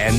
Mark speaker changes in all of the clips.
Speaker 1: And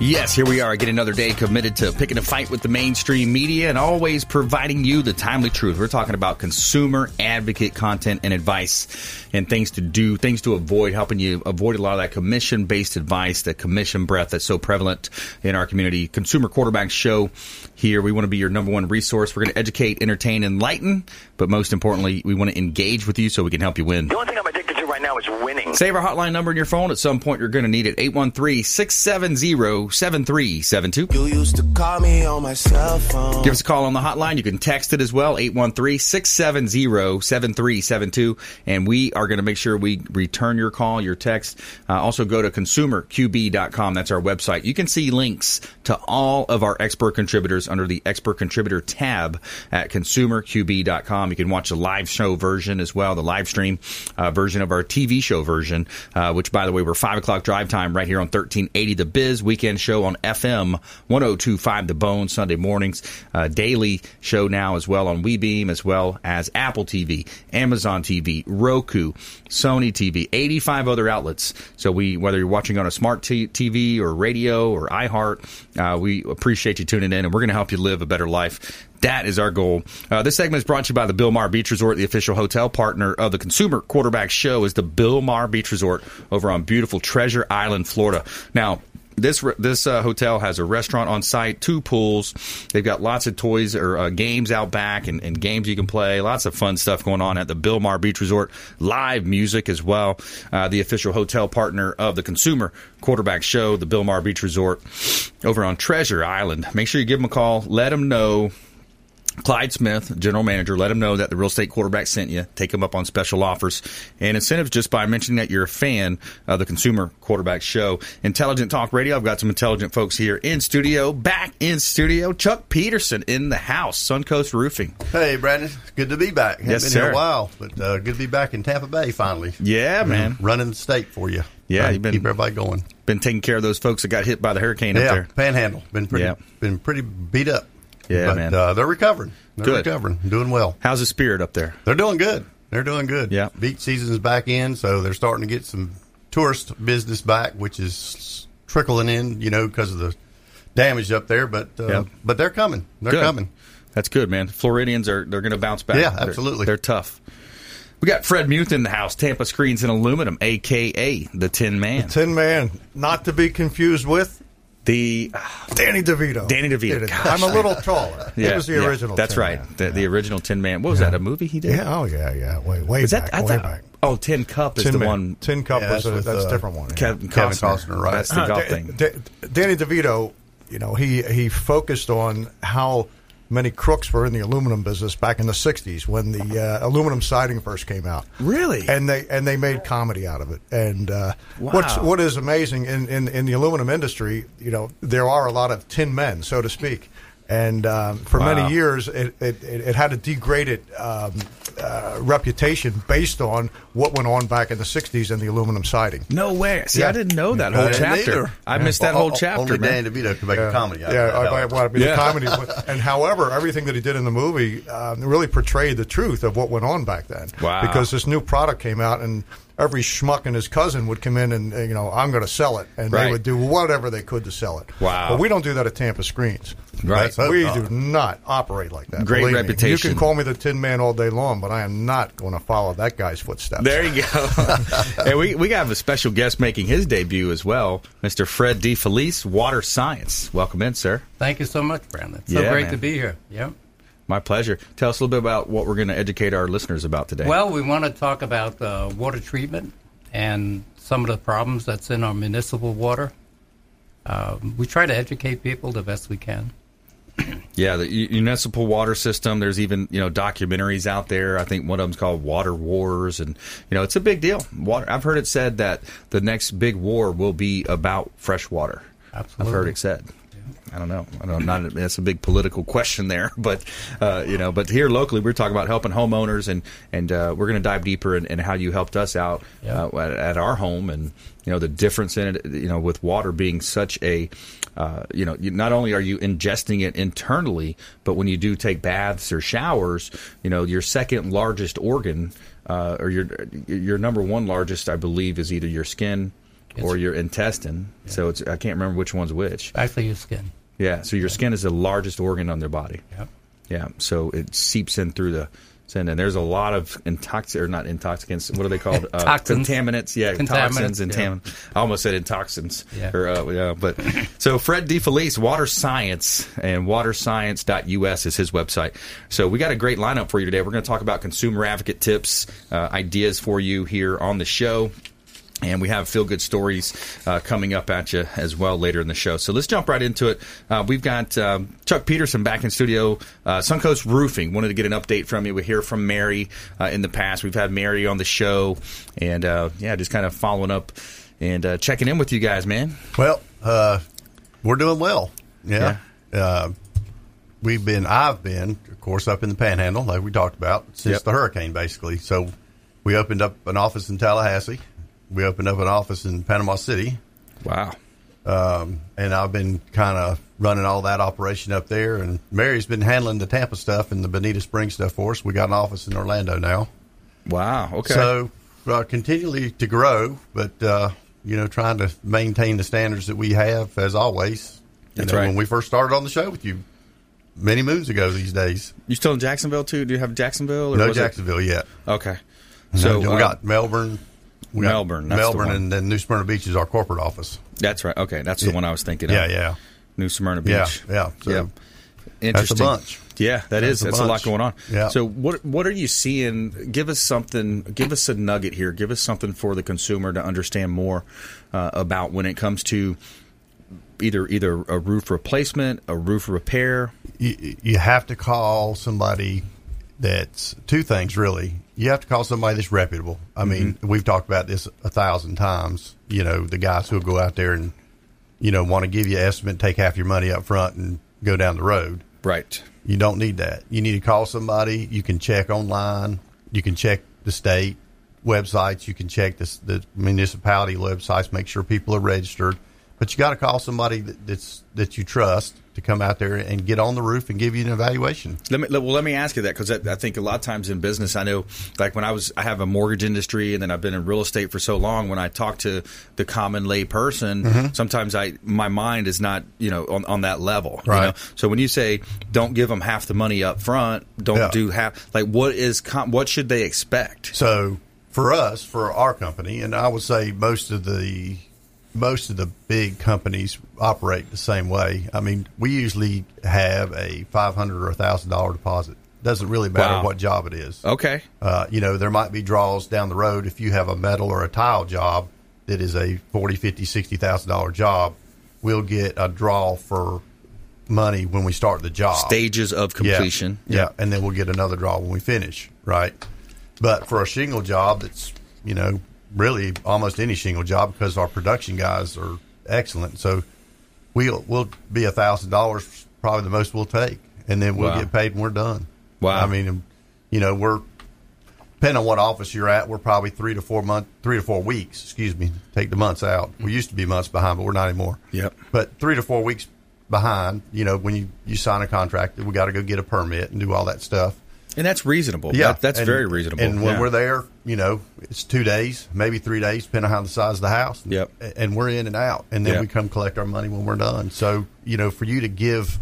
Speaker 2: Yes, here we are again another day committed to picking a fight with the mainstream media and always providing you the timely truth. We're talking about consumer advocate content and advice and things to do, things to avoid, helping you avoid a lot of that commission based advice, the commission breath that's so prevalent in our community. Consumer Quarterback Show here. We want to be your number one resource. We're going to educate, entertain, enlighten, but most importantly, we want to engage with you so we can help you win.
Speaker 3: The only thing I'm addicted to right now is winning.
Speaker 2: Save our hotline number in your phone. At some point, you're going to need it. 813 670 7372.
Speaker 4: You used to call me on my cell phone.
Speaker 2: Give us a call on the hotline. You can text it as well, 813-670-7372. And we are going to make sure we return your call, your text. Uh, also go to consumerqb.com. That's our website. You can see links to all of our expert contributors under the expert contributor tab at consumerqb.com. You can watch the live show version as well, the live stream uh, version of our TV show version, uh, which by the way, we're five o'clock drive time right here on 1380 The Biz weekend show on FM 1025 The Bone Sunday mornings. Uh, daily show now as well on WeBeam as well as Apple TV, Amazon TV, Roku, Sony TV, 85 other outlets. So we, whether you're watching on a smart t- TV or radio or iHeart, uh, we appreciate you tuning in and we're going to help you live a better life. That is our goal. Uh, this segment is brought to you by the Bill Maher Beach Resort. The official hotel partner of the Consumer Quarterback Show is the Bill Maher Beach Resort over on beautiful Treasure Island, Florida. Now, this this uh, hotel has a restaurant on site, two pools. They've got lots of toys or uh, games out back and, and, games you can play. Lots of fun stuff going on at the Billmar Beach Resort. Live music as well. Uh, the official hotel partner of the Consumer Quarterback Show, the Billmar Beach Resort, over on Treasure Island. Make sure you give them a call. Let them know Clyde Smith, general manager, let him know that the real estate quarterback sent you. Take him up on special offers and incentives just by mentioning that you're a fan of the Consumer Quarterback Show. Intelligent Talk Radio. I've got some intelligent folks here in studio, back in studio. Chuck Peterson in the house, Suncoast Roofing.
Speaker 5: Hey, Brandon. Good to be back. Haven't
Speaker 2: Yes,
Speaker 5: been
Speaker 2: sir.
Speaker 5: here a while, but uh, good to be back in Tampa Bay finally.
Speaker 2: Yeah, man.
Speaker 5: Running the state for you.
Speaker 2: Yeah,
Speaker 5: Trying to
Speaker 2: you've been-
Speaker 5: keep everybody going.
Speaker 2: Been taking care of those folks that got hit by the hurricane up
Speaker 5: Yeah,
Speaker 2: there.
Speaker 5: Panhandle been pretty
Speaker 2: Yeah.
Speaker 5: been pretty beat up.
Speaker 2: Yeah,
Speaker 5: but,
Speaker 2: man.
Speaker 5: Uh, they're recovering. They're
Speaker 2: Good.
Speaker 5: recovering. Doing well.
Speaker 2: How's the spirit up there?
Speaker 5: They're doing good. They're doing good.
Speaker 2: Yeah.
Speaker 5: Beach season's back in, so they're starting to get some tourist business back, which is trickling in, you know, because of the damage up there. But uh,
Speaker 2: Yeah.
Speaker 5: but they're coming. They're
Speaker 2: Good.
Speaker 5: coming.
Speaker 2: That's good, man. Floridians are they're going to bounce back.
Speaker 5: Yeah,
Speaker 2: They're-
Speaker 5: absolutely.
Speaker 2: They're, tough. We got Fred Muth in the house, Tampa Screens and Aluminum, aka the Tin Man.
Speaker 6: Tin Man, not to be confused with
Speaker 2: The
Speaker 6: Danny DeVito.
Speaker 2: Danny DeVito.
Speaker 6: Did it.
Speaker 2: Gosh.
Speaker 6: I'm a little taller.
Speaker 2: Yeah,
Speaker 6: it was the
Speaker 2: yeah.
Speaker 6: original.
Speaker 2: That's
Speaker 6: Tin
Speaker 2: right.
Speaker 6: Man.
Speaker 2: The, the original Tin Man. What was that? A movie he did?
Speaker 6: Yeah. Oh yeah. Yeah. Way way
Speaker 2: Is that
Speaker 6: back.
Speaker 2: I
Speaker 6: way
Speaker 2: thought?
Speaker 6: back.
Speaker 2: Oh, Tin Cup is
Speaker 6: Tin
Speaker 2: the
Speaker 6: Man.
Speaker 2: one.
Speaker 6: Tin Cup
Speaker 5: Yeah,
Speaker 6: was
Speaker 5: that's
Speaker 6: a,
Speaker 5: with,
Speaker 6: that's
Speaker 5: uh,
Speaker 6: a different one. yeah.
Speaker 2: Kevin,
Speaker 5: Kevin
Speaker 2: Costner.
Speaker 5: Costner, right.
Speaker 2: That's the golf
Speaker 6: Uh, Da-
Speaker 2: thing.
Speaker 6: Da- Danny DeVito, you know, he he focused on how many crooks were in the aluminum business back in the '60s when the uh, aluminum siding first came out.
Speaker 2: Really?
Speaker 6: And they and they made comedy out of it. And uh,
Speaker 2: Wow.
Speaker 6: what's what is amazing in, in in the aluminum industry, you know, there are a lot of tin men, so to speak. And um, for
Speaker 2: Wow.
Speaker 6: many years, it, it, it it had a degraded um, uh, reputation based on what went on back in the '60s in the aluminum siding.
Speaker 2: no way. See,
Speaker 6: Yeah.
Speaker 2: I didn't know that whole
Speaker 5: I didn't
Speaker 2: chapter.
Speaker 5: either.
Speaker 2: I missed that
Speaker 5: O-
Speaker 2: whole
Speaker 5: o-
Speaker 2: chapter,
Speaker 5: Only
Speaker 2: man.
Speaker 5: Danny DeVito could make a comedy out
Speaker 6: Yeah,
Speaker 5: of that.
Speaker 6: I, I want to be
Speaker 2: Yeah.
Speaker 6: the comedy. and however, everything that he did in the movie um, really portrayed the truth of what went on back then.
Speaker 2: Wow.
Speaker 6: Because this new product came out, and every schmuck and his cousin would come in and uh, you know I'm going to sell it, and
Speaker 2: Right.
Speaker 6: they would do whatever they could to sell it.
Speaker 2: Wow.
Speaker 6: But we don't do that at Tampa Screens.
Speaker 2: Right. Uh,
Speaker 5: Let's hope
Speaker 6: we
Speaker 5: not.
Speaker 6: do not operate like that.
Speaker 2: Great
Speaker 6: Believe me.
Speaker 2: reputation.
Speaker 6: You can call me the Tin Man all day long, but I am not going to follow that guy's footsteps.
Speaker 2: There you go. and we, we have a special guest making his debut as well, Mr. Fred D. Felice, Water Science. Welcome in, sir.
Speaker 7: Thank you so much, Brandon. It's so
Speaker 2: Yeah,
Speaker 7: great
Speaker 2: man.
Speaker 7: to be here. Yeah.
Speaker 2: My pleasure. Tell us a little bit about what we're going to educate our listeners about today.
Speaker 7: Well, we want to talk about uh, water treatment and some of the problems that's in our municipal water. Um, we try to educate people the best we can.
Speaker 2: Yeah, the U- municipal water system. There's even you know documentaries out there. I think one of them's called Water Wars, and you know it's a big deal. Water. I've heard it said that the next big war will be about fresh water. I've
Speaker 7: Absolutely.
Speaker 2: heard it said. I don't know. I don't know. Not, that's a big political question there, but uh, you know. But here locally, we're talking about helping homeowners, and and uh, we're going to dive deeper in, in how you helped us out uh, at, at our home, and you know the difference in it. You know, with water being such a, uh, you know, you, not only are you ingesting it internally, but when you do take baths or showers, you know, your second largest organ, uh, or your your number one largest, I believe, is either your skin. or your intestine, so it's I can't remember which one's which.
Speaker 7: Actually, your skin.
Speaker 2: Yeah. So your skin is the largest organ on their body.
Speaker 7: Yep.
Speaker 2: Yeah. So it seeps in through the skin, and there's a lot of intoxic or not intoxicants. What are they called? Uh,
Speaker 7: Toxins.
Speaker 2: Contaminants. Yeah.
Speaker 7: Contaminants,
Speaker 2: Toxins and
Speaker 7: yeah.
Speaker 2: tam- I almost said intoxins.
Speaker 7: Yeah.
Speaker 2: Or, uh, yeah. But so Fred DeFelice, Water Science, and waterscience.us is his website. So we got a great lineup for you today. We're going to talk about consumer advocate tips, uh, ideas for you here on the show. And we have feel good stories uh, coming up at you as well later in the show. So let's jump right into it. Uh, we've got um, Chuck Peterson back in studio, uh, Suncoast Roofing. Wanted to get an update from you. We hear from Mary uh, in the past. We've had Mary on the show. And uh, yeah, just kind of following up and uh, checking in with you guys, man.
Speaker 5: Well, uh, we're doing well. Yeah. Uh, we've been, I've been, of course, up in the panhandle, like we talked about, since
Speaker 2: Yep.
Speaker 5: the hurricane, basically. So we opened up an office in Tallahassee. We opened up an office in Panama City.
Speaker 2: Wow.
Speaker 5: Um, and I've been kind of running all that operation up there. And Mary's been handling the Tampa stuff and the Bonita Springs stuff for us. We got an office in Orlando now.
Speaker 2: Wow. Okay.
Speaker 5: So uh, continually to grow, but uh, you know, trying to maintain the standards that we have as always. You
Speaker 2: That's
Speaker 5: know,
Speaker 2: right.
Speaker 5: When we first started on the show with you many moons ago, these days,
Speaker 2: you still in Jacksonville, too? Do you have Jacksonville? Or
Speaker 5: no
Speaker 2: was it-
Speaker 5: Jacksonville yet.
Speaker 2: Okay. So
Speaker 5: we
Speaker 2: uh,
Speaker 5: got Melbourne, we got
Speaker 2: Melbourne, that's the
Speaker 5: Melbourne,
Speaker 2: one.
Speaker 5: and then New Smyrna Beach is our corporate office.
Speaker 2: that's right. Okay. That's the one I was thinking
Speaker 5: Yeah,
Speaker 2: of.
Speaker 5: yeah,
Speaker 2: New Smyrna Beach.
Speaker 5: yeah, yeah. So
Speaker 2: Yep. Interesting.
Speaker 5: bunch.
Speaker 2: Yeah, that is.
Speaker 5: a
Speaker 2: that's a lot
Speaker 5: bunch.
Speaker 2: going on.
Speaker 5: Yeah.
Speaker 2: So what what are you seeing? Give us something. Give us a nugget here. Give us something for the consumer to understand more uh, about when it comes to either either a roof replacement, a roof repair.
Speaker 5: you, you have to call somebody that's two things really. You have to call somebody that's reputable. I mean, we've talked about this a thousand times. You know, the guys who'll go out there and you know want to give you an estimate, take half your money up front, and go down the road.
Speaker 2: Right.
Speaker 5: You don't need that. You need to call somebody. You can check online. You can check the state websites. You can check this, the municipality websites. Make sure people are registered. But you got to call somebody that, that's that you trust to come out there and get on the roof and give you an evaluation.
Speaker 2: Let me let, well, let me ask you that because I, I think a lot of times in business, I know like when I was I have a mortgage industry and then I've been in real estate for so long. When I talk to the common lay person,
Speaker 5: Mm-hmm.
Speaker 2: sometimes I my mind is not you know on, on that level. you
Speaker 5: Right.
Speaker 2: know? So when you say don't give them half the money up front, don't
Speaker 5: Yeah.
Speaker 2: do half like what is com- what should they expect?
Speaker 5: So for us, for our company, and I would say most of the most of the big companies operate the same way. I mean, we usually have a five hundred or thousand dollar deposit. Doesn't really matter
Speaker 2: Wow.
Speaker 5: what job it is.
Speaker 2: Okay,
Speaker 5: Uh, you know, there might be draws down the road if you have a metal or a tile job that is a forty, fifty, sixty thousand dollar job. We'll get a draw for money when we start the job.
Speaker 2: stages of
Speaker 5: Yeah.
Speaker 2: completion.
Speaker 5: Yeah. and then we'll get another draw when we finish, right? But for a shingle job, that's you know really almost any shingle job because our production guys are excellent. So we'll we'll be a thousand dollars probably the most we'll take, and then we'll
Speaker 2: Wow.
Speaker 5: get paid when we're done.
Speaker 2: Wow.
Speaker 5: I mean, you know, we're depending on what office you're at, we're probably three to four month, three to four weeks. Excuse me, take the months out. We used to be months behind, but we're not anymore.
Speaker 2: Yep.
Speaker 5: But three to four weeks behind, you know, when you you sign a contract, we got to go get a permit and do all that stuff.
Speaker 2: and that's reasonable.
Speaker 5: Yeah,
Speaker 2: That- that's
Speaker 5: and-
Speaker 2: very reasonable.
Speaker 5: And when
Speaker 2: Yeah.
Speaker 5: we're there, you know, it's two days, maybe three days, depending on how the size of the house.
Speaker 2: Yep.
Speaker 5: A- And we're in and out, and then
Speaker 2: Yeah.
Speaker 5: we come collect our money when we're done. So you know, for you to give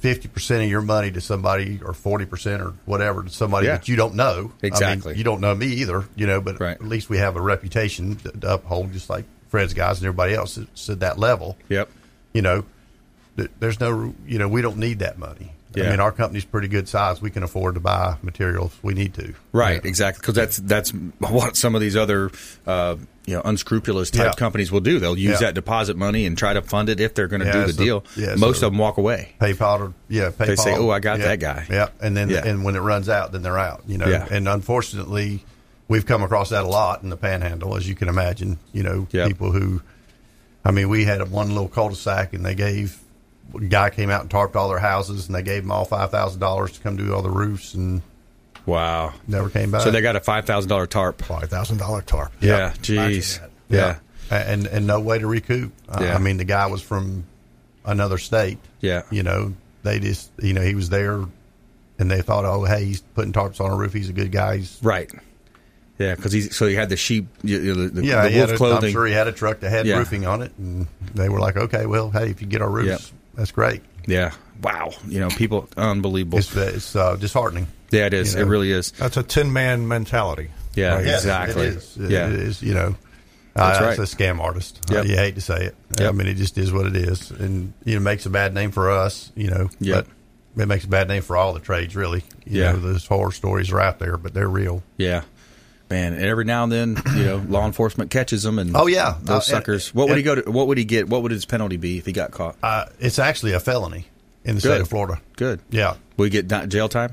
Speaker 5: fifty percent of your money to somebody, or forty percent, or whatever, to somebody
Speaker 2: Yeah.
Speaker 5: that you don't know, I mean,
Speaker 2: Exactly.
Speaker 5: you don't know me either, you know. But
Speaker 2: Right.
Speaker 5: at least we have a reputation to, to uphold, just like Fred's guys and everybody else is at that level.
Speaker 2: Yep.
Speaker 5: You know, th- there's no, you know, we don't need that money.
Speaker 2: Yeah.
Speaker 5: I mean, our company's pretty good size. We can afford to buy materials if we need to.
Speaker 2: Right, exactly. Because that's that's what some of these other uh, you know unscrupulous type
Speaker 5: Yeah.
Speaker 2: companies will do. They'll use
Speaker 5: Yeah,
Speaker 2: that deposit money and try to fund it if they're going to
Speaker 5: Yeah,
Speaker 2: do the
Speaker 5: so-
Speaker 2: deal.
Speaker 5: yeah,
Speaker 2: Most
Speaker 5: so-
Speaker 2: of them walk away.
Speaker 5: PayPal or yeah, PayPal.
Speaker 2: They say, "Oh, I got
Speaker 5: yeah,
Speaker 2: that guy."
Speaker 5: Yeah, and then
Speaker 2: Yeah.
Speaker 5: and when it runs out, then they're out. You know,
Speaker 2: Yeah.
Speaker 5: and unfortunately, we've come across that a lot in the Panhandle, as you can imagine. You know,
Speaker 2: Yep.
Speaker 5: people who, I mean, we had one little cul-de-sac, and they gave guy came out and tarped all their houses, and they gave them all five thousand dollars to come do all the roofs, and
Speaker 2: Wow.
Speaker 5: never came back.
Speaker 2: So they got a five thousand dollar tarp.
Speaker 6: Five thousand dollar tarp.
Speaker 2: Yeah.
Speaker 6: Imagine
Speaker 2: Jeez.
Speaker 6: that.
Speaker 2: Yeah.
Speaker 5: A- Uh, and and no way to recoup. Uh,
Speaker 2: Yeah.
Speaker 5: I mean, the guy was from another state.
Speaker 2: Yeah.
Speaker 5: you know, they just you know he was there, and they thought, oh, hey, he's putting tarps on a roof. He's a good guy. He's
Speaker 2: Right. Yeah, because he's so he had the sheep, you- you- the, the-
Speaker 5: yeah,
Speaker 2: the
Speaker 5: he
Speaker 2: wolf
Speaker 5: had a,
Speaker 2: clothing.
Speaker 5: I'm sure he had a truck that had
Speaker 2: Yeah.
Speaker 5: roofing on it, and they were like, okay, well, hey, if you get our roofs,
Speaker 2: Yep.
Speaker 5: that's great.
Speaker 2: Yeah. Wow. You know, people unbelievable.
Speaker 5: It's it's uh, disheartening.
Speaker 2: yeah, it is.
Speaker 5: you know.
Speaker 2: it really is.
Speaker 6: That's a tin man mentality.
Speaker 2: Yeah.
Speaker 6: Right.
Speaker 5: Yes,
Speaker 2: exactly.
Speaker 5: It is. It-
Speaker 2: Yeah.
Speaker 5: it is, You know, Uh,
Speaker 2: That's right.
Speaker 5: that's a scam artist.
Speaker 2: Yep.
Speaker 5: Uh, you hate to say it. I
Speaker 2: Yep.
Speaker 5: mean, it just is what it is, and you know, makes a bad name for us. You know,
Speaker 2: Yep.
Speaker 5: but it makes a bad name for all the trades, really. You
Speaker 2: Yeah.
Speaker 5: know, those horror stories are out there, but they're real.
Speaker 2: Yeah. Man, and every now and then, you know, law enforcement catches them, and
Speaker 5: Oh, yeah.
Speaker 2: those
Speaker 5: Uh, and-
Speaker 2: suckers. what would he go to? What would he get? What would his penalty be if he got caught?
Speaker 5: Uh, it's actually a felony in the state of Florida.
Speaker 2: Good.
Speaker 5: Yeah,
Speaker 2: Would he get di- jail time?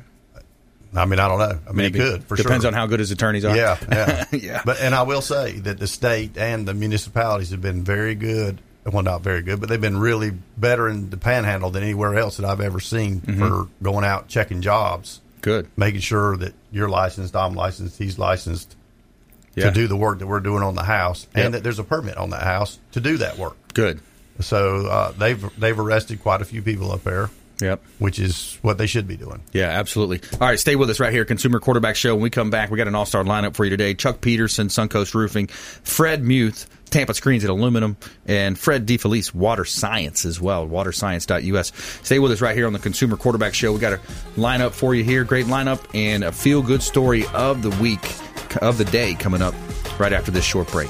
Speaker 5: I mean, I don't know. I mean, it
Speaker 2: Maybe.
Speaker 5: could for
Speaker 2: Depends
Speaker 5: sure.
Speaker 2: on how good his attorneys are.
Speaker 5: Yeah, yeah,
Speaker 2: Yeah.
Speaker 5: But and I will say that the state and the municipalities have been very good. Well, not very good, but they've been really better in the Panhandle than anywhere else that I've ever seen for going out checking jobs,
Speaker 2: Mm-hmm. Good.
Speaker 5: making sure that you're licensed, I'm licensed, he's licensed
Speaker 2: Yeah.
Speaker 5: to do the work that we're doing on the house,
Speaker 2: Yep.
Speaker 5: and that there's a permit on that house to do that work.
Speaker 2: Good.
Speaker 5: So uh, they've they've arrested quite a few people up there,
Speaker 2: Yep.
Speaker 5: which is what they should be doing.
Speaker 2: Yeah, absolutely. All right, stay with us right here, Consumer Quarterback Show. When we come back, we got an all star lineup for you today Chuck Peterson, Suncoast Roofing, Fred Muth, Tampa Screens and Aluminum, and Fred DeFelice, Water Science as well, waterscience.us. Stay with us right here on the Consumer Quarterback Show. We got a lineup for you here, great lineup, and a feel good story of the week, of the day coming up right after this short break.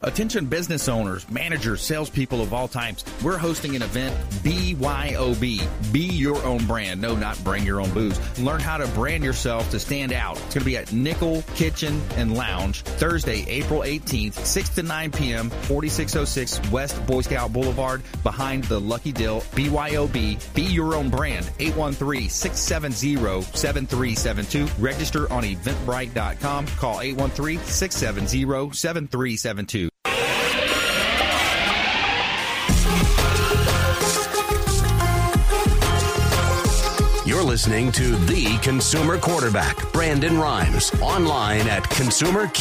Speaker 2: Attention business owners, managers, salespeople of all types. We're hosting an event, BYOB. Be your own brand. No, not bring your own booze. Learn how to brand yourself to stand out. It's going to be at Nickel Kitchen and Lounge, Thursday, April 18th, 6 to 9 p.m., 4606 West Boy Scout Boulevard, behind the Lucky Dill. BYOB. Be your own brand. 813-670-7372. Register on eventbrite.com. Call 813-670-7372.
Speaker 1: You're listening to The Consumer Quarterback, Brandon Rhymes, online at consumerqb.com.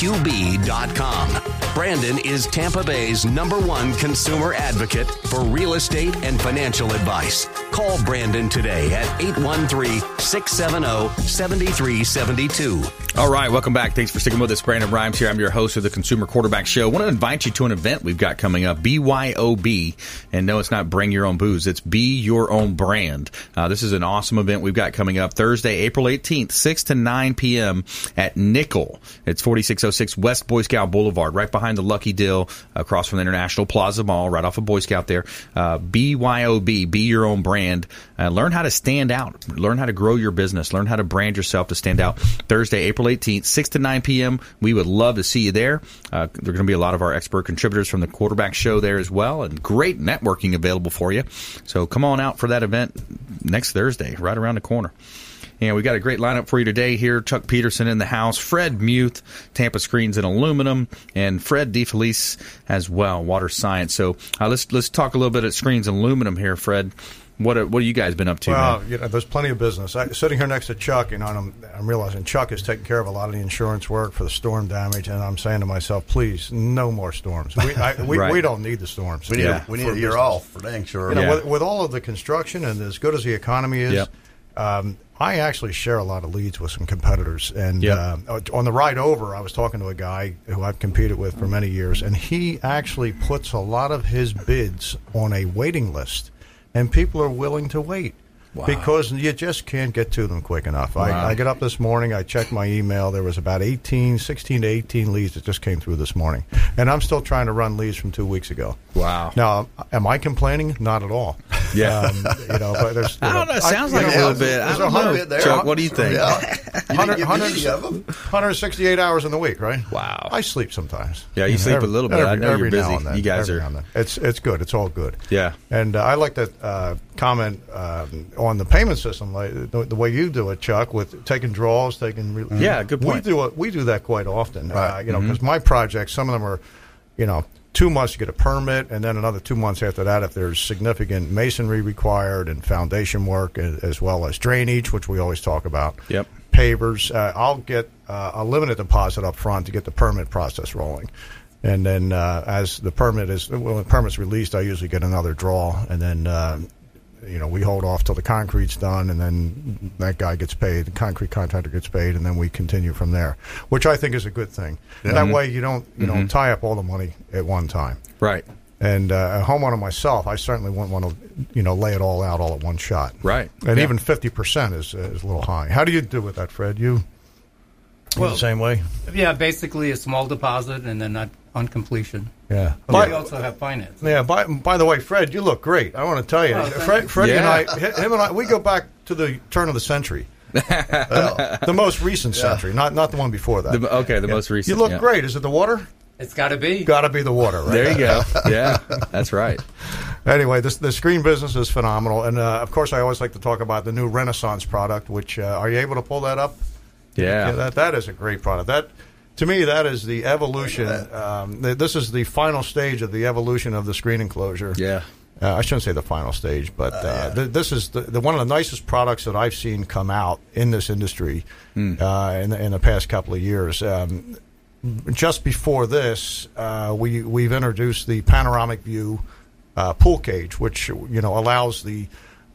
Speaker 1: Brandon is Tampa Bay's number one consumer advocate for real estate and financial advice. Call Brandon today at 813 670 7372.
Speaker 2: All right, welcome back. Thanks for sticking with us. Brandon Rhymes here. I'm your host of the Consumer Quarterback Show. I want to invite you to an event we've got coming up, BYOB. And no, it's not Bring Your Own Booze. It's Be Your Own Brand. Uh, this is an awesome event we've got coming up Thursday, April 18th, 6 to 9 p.m. at Nickel. It's 4606 West Boy Scout Boulevard, right behind the Lucky Dill, across from the International Plaza Mall, right off of Boy Scout there. Uh, BYOB, Be Your Own Brand. Uh, learn how to stand out. Learn how to grow your business. Learn how to brand yourself to stand out. Thursday, April 18th, 6 to 9 p.m. We would love to see you there. Uh, there are going to be a lot of our expert contributors from the quarterback show there as well, and great networking available for you. So come on out for that event next Thursday, right around the corner. And we got a great lineup for you today here. Chuck Peterson in the house, Fred Muth, Tampa Screens and Aluminum, and Fred DeFelice as well, Water Science. So uh, let's let's talk a little bit at Screens and Aluminum here, Fred. What uh, what have you guys been up to? man?
Speaker 6: Well, you know, there's plenty of business. I, sitting here next to Chuck, you know, and I'm, I'm realizing Chuck is taking care of a lot of the insurance work for the storm damage, and I'm saying to myself, please, no more storms. We, I, we,
Speaker 2: Right.
Speaker 6: we don't need the storms.
Speaker 5: We need
Speaker 2: Yeah.
Speaker 5: a, we need a year off for dang sure.
Speaker 6: You know,
Speaker 2: Yeah.
Speaker 6: with, with all of the construction and as good as the economy is,
Speaker 2: Yep.
Speaker 6: um, I actually share a lot of leads with some competitors, and
Speaker 2: Yeah.
Speaker 6: uh, on the ride over, I was talking to a guy who I've competed with for many years, and he actually puts a lot of his bids on a waiting list, and people are willing to wait.
Speaker 2: Wow.
Speaker 6: Because you just can't get to them quick enough.
Speaker 2: Wow.
Speaker 6: I, I get up this morning, I checked my email. There was about 18, 16 to 18 leads that just came through this morning. And I'm still trying to run leads from two weeks ago.
Speaker 2: Wow.
Speaker 6: Now, am I complaining? Not at all. Um,
Speaker 2: Yeah.
Speaker 6: you know, but there's,
Speaker 2: I don't know. It sounds like
Speaker 6: you
Speaker 2: a
Speaker 6: know,
Speaker 2: little bit. I
Speaker 6: there's
Speaker 2: don't
Speaker 6: hundred-
Speaker 2: know.
Speaker 5: bit there.
Speaker 2: Chuck, what do you think?
Speaker 5: Yeah. You didn't
Speaker 6: 100
Speaker 5: get many of 'em?
Speaker 6: 168 hours in the week, right?
Speaker 2: Wow.
Speaker 6: I sleep sometimes.
Speaker 2: Yeah, you sleep a little bit. I know you're
Speaker 6: every
Speaker 2: busy.
Speaker 6: Now and then,
Speaker 2: You guys
Speaker 6: every
Speaker 2: are-
Speaker 6: now and then. It's it's good. It's all good.
Speaker 2: Yeah.
Speaker 6: And uh, I like to uh, comment um, on the payment system, like the, the way you do it, Chuck, with taking draws, taking. Re-
Speaker 2: Yeah, good point.
Speaker 6: We do it. We do that quite often. Uh,
Speaker 5: Right.
Speaker 6: you know, because my projects, some of them are, you know. Two months to get a permit, and then another two months after that if there's significant masonry required and foundation work, a- as well as drainage, which we always talk about
Speaker 2: Yep.
Speaker 6: pavers. Uh, I'll get uh, a limited deposit up front to get the permit process rolling. And then uh, as the permit is, when the permit's released, I usually get another draw. And then, uh, you know, we hold off till the concrete's done. And then that guy gets paid, the concrete contractor gets paid. And then we continue from there, which I think is a good thing. That way you don't, you don't tie up all the money at one time.
Speaker 2: Right.
Speaker 6: And uh, a homeowner myself, I certainly wouldn't want to, you know, lay it all out all at one shot.
Speaker 2: Right.
Speaker 6: And
Speaker 2: Yeah.
Speaker 6: even fifty percent is is a little high. How do you do with that, Fred? You, you
Speaker 7: Well-
Speaker 6: the same way?
Speaker 7: Yeah, basically a small deposit and then not on completion.
Speaker 6: Yeah.
Speaker 7: But
Speaker 6: By,
Speaker 7: we also have finance.
Speaker 6: yeah. By, by the way, Fred, you look great. I want to tell you,
Speaker 7: Oh, thank
Speaker 6: Fred,
Speaker 7: you.
Speaker 6: Fred
Speaker 2: Yeah.
Speaker 6: and I, hi- him and I, we go back to the turn of the century, Uh, the most recent century, not not the one before that.
Speaker 2: The- okay, the most recent,
Speaker 6: You look
Speaker 2: yeah.
Speaker 6: great. Is it the water?
Speaker 7: It's got to be.
Speaker 6: Got to be the water, right?
Speaker 2: There you go. Yeah, that's right.
Speaker 6: Anyway, this the screen business is phenomenal, and uh, of course, I always like to talk about the new Renaissance product. Which uh, are you able to pull that up?
Speaker 2: Yeah.
Speaker 6: that that is a great product. That to me, that is the evolution. Um, th- this is the final stage of the evolution of the screen enclosure.
Speaker 2: Yeah.
Speaker 6: Uh, I shouldn't say the final stage, but uh, th- this is the, the one of the nicest products that I've seen come out in this industry uh, in, the, in the past couple of years. Um, just before this, uh, we we've introduced the panoramic view uh, pool cage, which you know allows the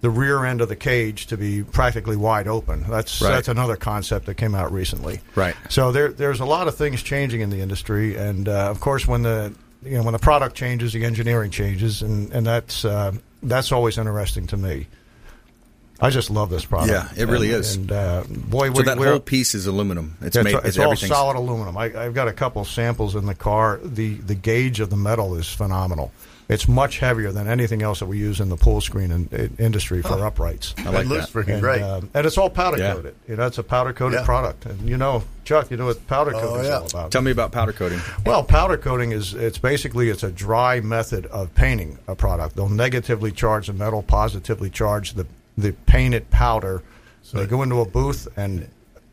Speaker 6: the rear end of the cage to be practically wide open. That's
Speaker 2: Right.
Speaker 6: that's another concept that came out recently.
Speaker 2: Right.
Speaker 6: So there there's a lot of things changing in the industry, and uh, of course when the you know when the product changes, the engineering changes, and and that's uh, that's always interesting to me. I just love this product.
Speaker 2: Yeah, it really
Speaker 6: And-
Speaker 2: is.
Speaker 6: And uh, boy,
Speaker 2: So
Speaker 6: we,
Speaker 2: that
Speaker 6: we're,
Speaker 2: whole piece is aluminum. It's
Speaker 6: yeah,
Speaker 2: made.
Speaker 6: It's,
Speaker 2: It's,
Speaker 6: all
Speaker 2: everything's
Speaker 6: solid aluminum. I, I've got a couple samples in the car. The the gauge of the metal is phenomenal. It's much heavier than anything else that we use in the pull screen in, in- industry for uprights.
Speaker 2: Oh. I like
Speaker 5: it looks
Speaker 2: that.
Speaker 5: freaking
Speaker 6: And,
Speaker 5: great.
Speaker 6: um, and it's all powder
Speaker 2: Yeah.
Speaker 6: coated. You know, it's a powder coated
Speaker 5: Yeah.
Speaker 6: product. And you know, Chuck, you know what powder coating is
Speaker 5: yeah.
Speaker 6: all about.
Speaker 2: Tell me about powder coating.
Speaker 6: Well, powder coating is it's basically it's a dry method of painting a product. They'll negatively charge the metal, positively charge the the painted powder. So they go into a booth and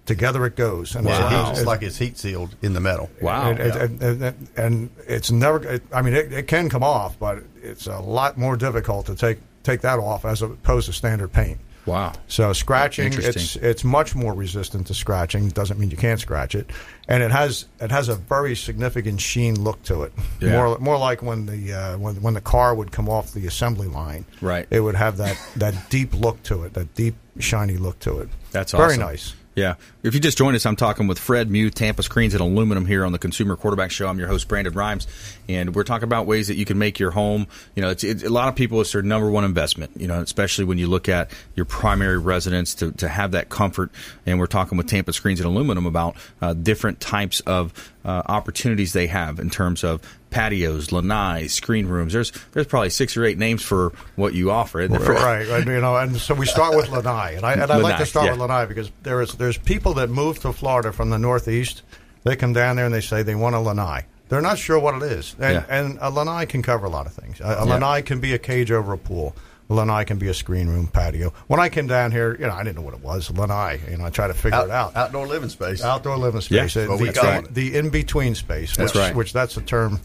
Speaker 6: together it goes. And it's-
Speaker 5: Wow.
Speaker 6: it's-
Speaker 5: It's like it's heat sealed in the metal.
Speaker 2: Wow.
Speaker 6: and, and, and, and, and it's never. It, I mean, it, it can come off, but it's a lot more difficult to take take that off as opposed to standard paint.
Speaker 2: Wow.
Speaker 6: So scratching, it's
Speaker 2: Interesting.
Speaker 6: it's much more resistant to scratching. Doesn't mean you can't scratch it, and it has it has a very significant sheen look to it.
Speaker 2: Yeah.
Speaker 6: More more like when the uh, when when the car would come off the assembly line.
Speaker 2: Right.
Speaker 6: It would have that that deep look to it, that deep shiny look to it.
Speaker 2: That's
Speaker 6: very
Speaker 2: awesome.
Speaker 6: nice.
Speaker 2: Yeah. If you just joined us, I'm talking with Fred Mew, Tampa Screens and Aluminum here on the Consumer Quarterback Show. I'm your host, Brandon Rhymes, and we're talking about ways that you can make your home. You know, it's, it's a lot of people, it's their number one investment, you know, especially when you look at your primary residence to, to have that comfort. And we're talking with Tampa Screens and Aluminum about uh, different types of uh, opportunities they have in terms of patios, lanai, screen rooms. There's there's probably six or eight names for what you offer. Isn't there, Fred?
Speaker 6: right, right, you know, and so we start with Lanai, and I and I like
Speaker 2: Lanai,
Speaker 6: to start
Speaker 2: yeah.
Speaker 6: with Lanai because there is there's people that move to Florida from the Northeast. They come down there and they say they want a Lanai. They're not sure what it is, and
Speaker 2: Yeah.
Speaker 6: and a Lanai can cover a lot of things. A, a Lanai can be a cage over a pool. A Lanai can be a screen room patio. When I came down here, you know, I didn't know what it was. Lanai, you know, I tried to figure
Speaker 5: Out,
Speaker 6: it out.
Speaker 5: Outdoor living space.
Speaker 6: Outdoor living space,
Speaker 2: Yeah,
Speaker 6: Uh,
Speaker 5: well,
Speaker 6: the,
Speaker 5: we call it.
Speaker 6: the in between space.
Speaker 2: That's
Speaker 6: which,
Speaker 2: right.
Speaker 6: Which that's a term.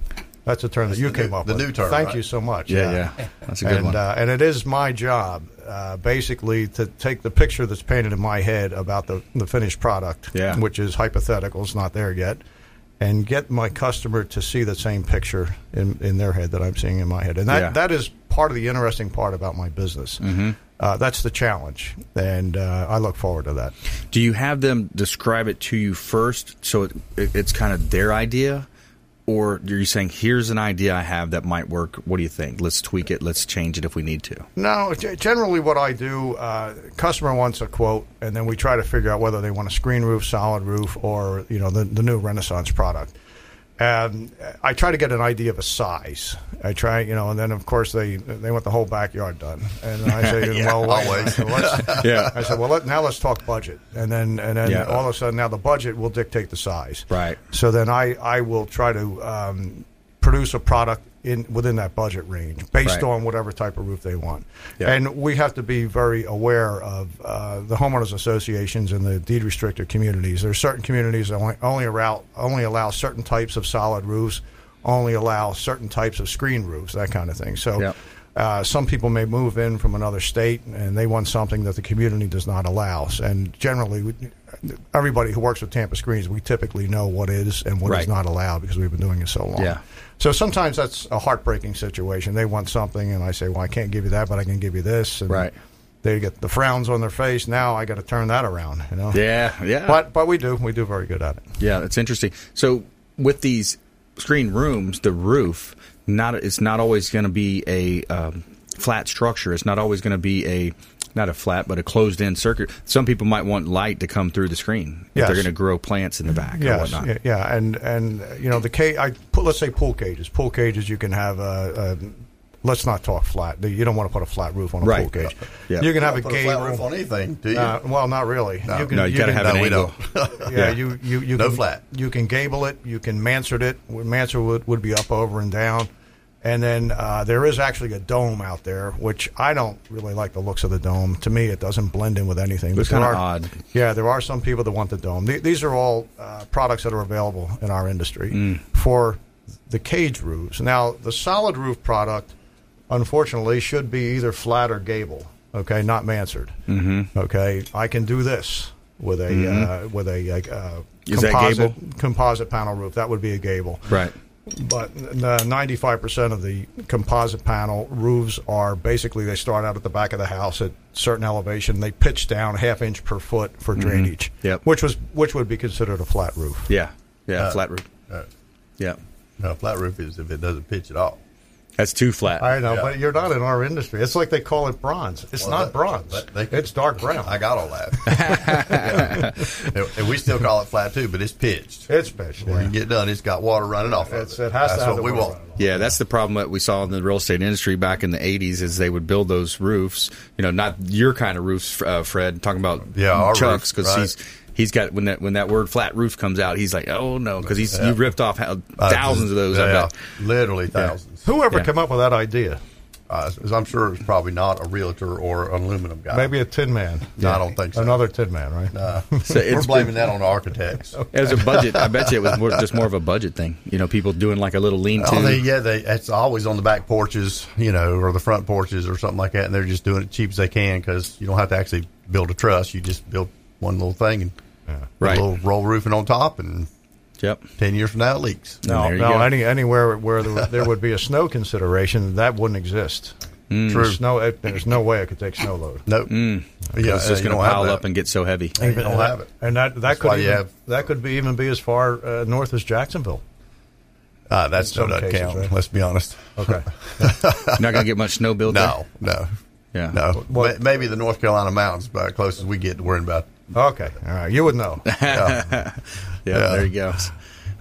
Speaker 6: That's a term
Speaker 5: That's
Speaker 6: that you
Speaker 5: the new-
Speaker 6: came up
Speaker 5: the
Speaker 6: with.
Speaker 5: new term,
Speaker 6: Thank
Speaker 5: right?
Speaker 6: you so much.
Speaker 2: Yeah, yeah. That's a good
Speaker 6: and,
Speaker 2: one.
Speaker 6: Uh, and it is my job, uh, basically, to take the picture that's painted in my head about the, the finished product,
Speaker 2: Yeah.
Speaker 6: which is hypothetical, it's not there yet, and get my customer to see the same picture in, in their head that I'm seeing in my head. And that,
Speaker 2: Yeah. Mm-hmm.
Speaker 6: that is part of the interesting part about my business. uh, that's the challenge, and uh, I look forward to that.
Speaker 2: Do you have them describe it to you first, so it, it, it's kind of their idea, or are you saying, "Here's an idea I have that might work. What do you think? Let's tweak it. Let's change it if we need to."
Speaker 6: No, g- generally what I do, uh, customer wants a quote, and then we try to figure out whether they want a screen roof, solid roof, or you know the, the new Renaissance product. Um, I try to get an idea of a size. I try, you know, and then of course they they want the whole backyard done, and I say,
Speaker 5: Yeah,
Speaker 6: well, wait.
Speaker 5: always.
Speaker 6: I said, let's-
Speaker 5: Yeah.
Speaker 6: I said, well, let, now let's talk budget, and then and then
Speaker 5: Yeah.
Speaker 6: all of a sudden now the budget will dictate the size.
Speaker 2: Right.
Speaker 6: So then I I will try to um, produce a product in within that budget range based
Speaker 5: Right.
Speaker 6: on whatever type of roof they want,
Speaker 5: Yeah.
Speaker 6: and we have to be very aware of uh, the homeowners associations and the deed restricted communities. There are certain communities that only only allow only allow certain types of solid roofs, only allow certain types of screen roofs, that kind of thing. So. Uh, some people may move in from another state and they want something that the community does not allow. And generally, we, everybody who works with Tampa Screens, we typically know what is and what is
Speaker 2: Right.
Speaker 6: not allowed because we've been doing it so long.
Speaker 2: Yeah.
Speaker 6: So sometimes that's a heartbreaking situation. They want something, and I say, "Well, I can't give you that, but I can give you this." And right. They get the frowns on their face. Now I got to turn that around. You know.
Speaker 2: Yeah, yeah.
Speaker 6: But but we do we do very good at it.
Speaker 2: Yeah, that's interesting. So with these screen rooms, the roof not it's not always going to be a um, flat structure. It's not always going to be a not a flat, but a closed in circuit. Some people might want light to come through the screen. if
Speaker 6: Yes.
Speaker 2: They're going to grow plants in the back or
Speaker 6: Yes,
Speaker 2: whatnot.
Speaker 6: yeah, yeah, and and uh, you know the cage. I put, let's say pool cages. Pool cages you can have a. a Let's not talk flat. You don't want to put a flat roof on a
Speaker 2: Right.
Speaker 6: pool cage.
Speaker 2: Yeah.
Speaker 6: You can have
Speaker 2: Don't
Speaker 6: a
Speaker 2: put a
Speaker 6: gable
Speaker 2: flat roof on anything, do you?
Speaker 6: Uh, well, not really.
Speaker 2: No. No, you gotta have an No, we angle. don't.
Speaker 6: yeah,
Speaker 2: Yeah.
Speaker 6: you you you
Speaker 2: No
Speaker 6: can,
Speaker 2: flat.
Speaker 6: You can gable it. You can mansard it. Mansard would, would be up, over, and down. And then uh, there is actually a dome out there, which I don't really like the looks of the dome. To me, it doesn't blend in with anything.
Speaker 2: It's
Speaker 6: But there
Speaker 2: kinda
Speaker 6: are-
Speaker 2: odd.
Speaker 6: Yeah, there are some people that want the dome. The- These are all uh, products that are available in our industry
Speaker 2: Mm.
Speaker 6: for the cage roofs. Now, the solid roof product, unfortunately, should be either flat or gable. Okay, not mansard.
Speaker 2: Mm-hmm.
Speaker 6: Okay, I can do this with a uh,
Speaker 2: Mhm.
Speaker 6: with a like, uh,
Speaker 2: Is that
Speaker 6: composite
Speaker 2: gable?
Speaker 6: composite panel roof. That would be a gable,
Speaker 2: Right.
Speaker 6: But ninety five percent of the composite panel roofs are basically they start out at the back of the house at certain elevation. They pitch down half inch per foot for
Speaker 2: Mhm.
Speaker 6: drainage,
Speaker 2: Yep.
Speaker 6: which was which would be considered a flat roof.
Speaker 2: Yeah. Yeah.
Speaker 5: Uh,
Speaker 2: flat roof.
Speaker 5: uh,
Speaker 2: Yeah.
Speaker 5: No, flat roof is if it doesn't pitch at all.
Speaker 2: That's too flat.
Speaker 6: I know,
Speaker 5: Yeah.
Speaker 6: but you're not in our industry. It's like they call it bronze. It's
Speaker 5: Well,
Speaker 6: not
Speaker 5: that-
Speaker 6: bronze.
Speaker 5: that- they-
Speaker 6: it's dark brown.
Speaker 5: I got all that. Yeah. and, and we still call it flat too, but it's pitched.
Speaker 6: It's pitched.
Speaker 5: When you get done, it's got water running off.
Speaker 6: It's-
Speaker 5: of it.
Speaker 6: it has to
Speaker 5: That's
Speaker 6: have
Speaker 5: what
Speaker 6: the
Speaker 5: we
Speaker 6: water
Speaker 5: want.
Speaker 2: Yeah, that's the problem that we saw in the real estate industry back in the '80s. Is they would build those roofs, you know, not your kind of roofs, uh, Fred. Talking about
Speaker 5: Yeah, our
Speaker 2: Chuck's
Speaker 5: roof,
Speaker 2: because
Speaker 5: right.
Speaker 2: he's he's got when that when that word flat roof comes out, he's like, oh no, because he's
Speaker 5: Yeah.
Speaker 2: you ripped off how,
Speaker 5: Uh,
Speaker 2: thousands of those. I
Speaker 5: yeah,
Speaker 2: bet.
Speaker 5: literally thousands.
Speaker 6: Whoever come up with that idea,
Speaker 5: uh, I'm sure it's probably not a realtor or an aluminum guy.
Speaker 6: Maybe a tin man.
Speaker 5: No, I don't think so.
Speaker 6: Another tin man, right?
Speaker 5: No.
Speaker 2: So
Speaker 5: We're
Speaker 2: it's-
Speaker 5: blaming that on architects.
Speaker 2: As a budget, I bet you it was more, just more of a budget thing. You know, people doing like a little lean-to.
Speaker 5: Oh, they, yeah, they, it's always on the back porches, you know, or the front porches or something like that, and they're just doing it cheap as they can because you don't have to actually build a truss. You just build one little thing and put
Speaker 2: Right.
Speaker 5: a little roll roofing on top, and
Speaker 2: yep.
Speaker 5: ten years from now it leaks.
Speaker 6: No, no, any anywhere where there, there would be a snow consideration, that wouldn't exist.
Speaker 5: Mm. True.
Speaker 6: Snow, it, there's no way I could take snow load.
Speaker 5: Nope. Yeah,
Speaker 2: Mm. it's just
Speaker 5: uh, you
Speaker 2: going to
Speaker 5: don't have
Speaker 2: pile
Speaker 5: that.
Speaker 2: up and get so heavy.
Speaker 5: You don't have it.
Speaker 6: And that that
Speaker 5: That's
Speaker 6: could
Speaker 5: why you
Speaker 6: even,
Speaker 5: have-
Speaker 6: that could be even be as far uh, north as Jacksonville.
Speaker 5: Uh, that's
Speaker 6: In
Speaker 5: no
Speaker 6: some
Speaker 5: nut
Speaker 6: cases,
Speaker 5: count.
Speaker 6: right?
Speaker 5: Let's be honest.
Speaker 6: Okay.
Speaker 2: Not going to get much snow built.
Speaker 5: No, no,
Speaker 2: there? Yeah.
Speaker 5: no. Ma- Maybe the North Carolina mountains, but the closest we get to worrying about.
Speaker 6: Okay, all right. You would know.
Speaker 2: yeah, there you go.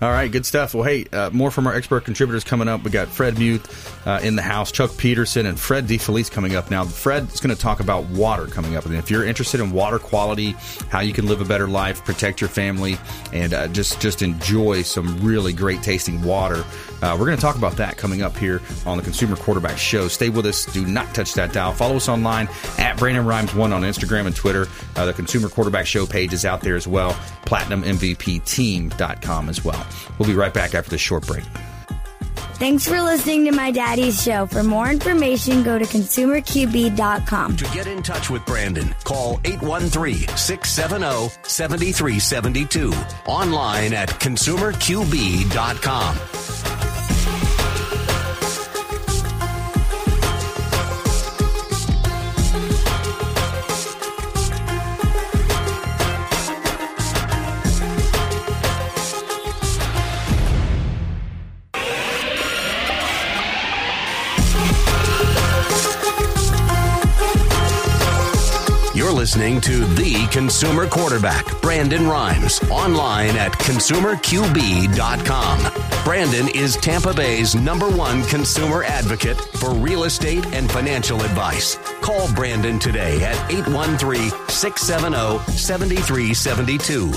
Speaker 2: All right, good stuff. Well, hey, uh, more from our expert contributors coming up. We got Fred Muth uh, in the house, Chuck Peterson, and Fred DeFelice coming up. Now, Fred is going to talk about water coming up. And if you're interested in water quality, how you can live a better life, protect your family, and uh, just, just enjoy some really great tasting water, uh, we're going to talk about that coming up here on the Consumer Quarterback Show. Stay with us. Do not touch that dial. Follow us online at Brandon Rhymes1 on Instagram and Twitter. Uh, the Consumer Quarterback Show page is out there as well. PlatinumMVPTeam.com as well. We'll be right back after this short break.
Speaker 8: Thanks for listening to my daddy's show. For more information, go to consumerqb.com.
Speaker 1: To get in touch with Brandon, call 813 670 7372. Online at consumerqb.com. listening to the consumer quarterback, Brandon Rhymes, online at consumerqb.com. Brandon is Tampa Bay's number one consumer advocate for real estate and financial advice. Call Brandon today at 813 670 7372.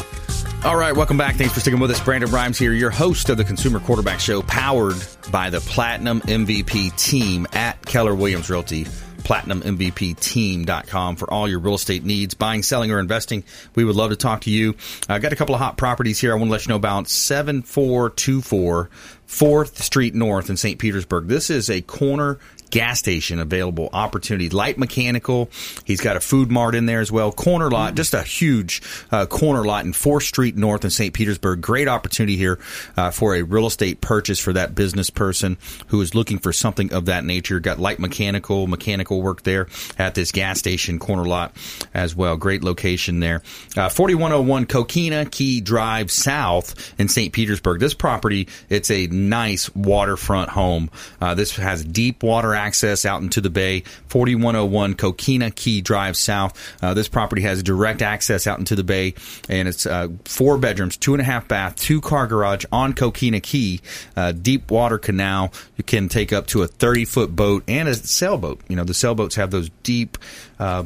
Speaker 2: All right, welcome back. Thanks for sticking with us. Brandon Rhymes here, your host of the Consumer Quarterback Show, powered by the Platinum MVP team at Keller Williams Realty. PlatinumMVPTeam.com for all your real estate needs, buying, selling, or investing. We would love to talk to you. I got a couple of hot properties here. I want to let you know about 7424 4th Street North in St. Petersburg. This is a corner gas station available opportunity. Light mechanical. He's got a food mart in there as well. Corner lot, just a huge uh, corner lot in 4th Street North in St. Petersburg. Great opportunity here uh, for a real estate purchase for that business person who is looking for something of that nature. Got light mechanical, mechanical work there at this gas station corner lot as well. Great location there. Uh, 4101 Coquina Key Drive South in St. Petersburg. This property, it's a nice waterfront home. Uh, this has deep water access out into the bay. 4101 Coquina Key Drive South. Uh, this property has direct access out into the bay, and it's uh, four bedrooms, two and a half bath, two car garage on Coquina Key, uh, deep water canal. You can take up to a 30 foot boat and a sailboat. You know, the sailboats have those deep. Uh,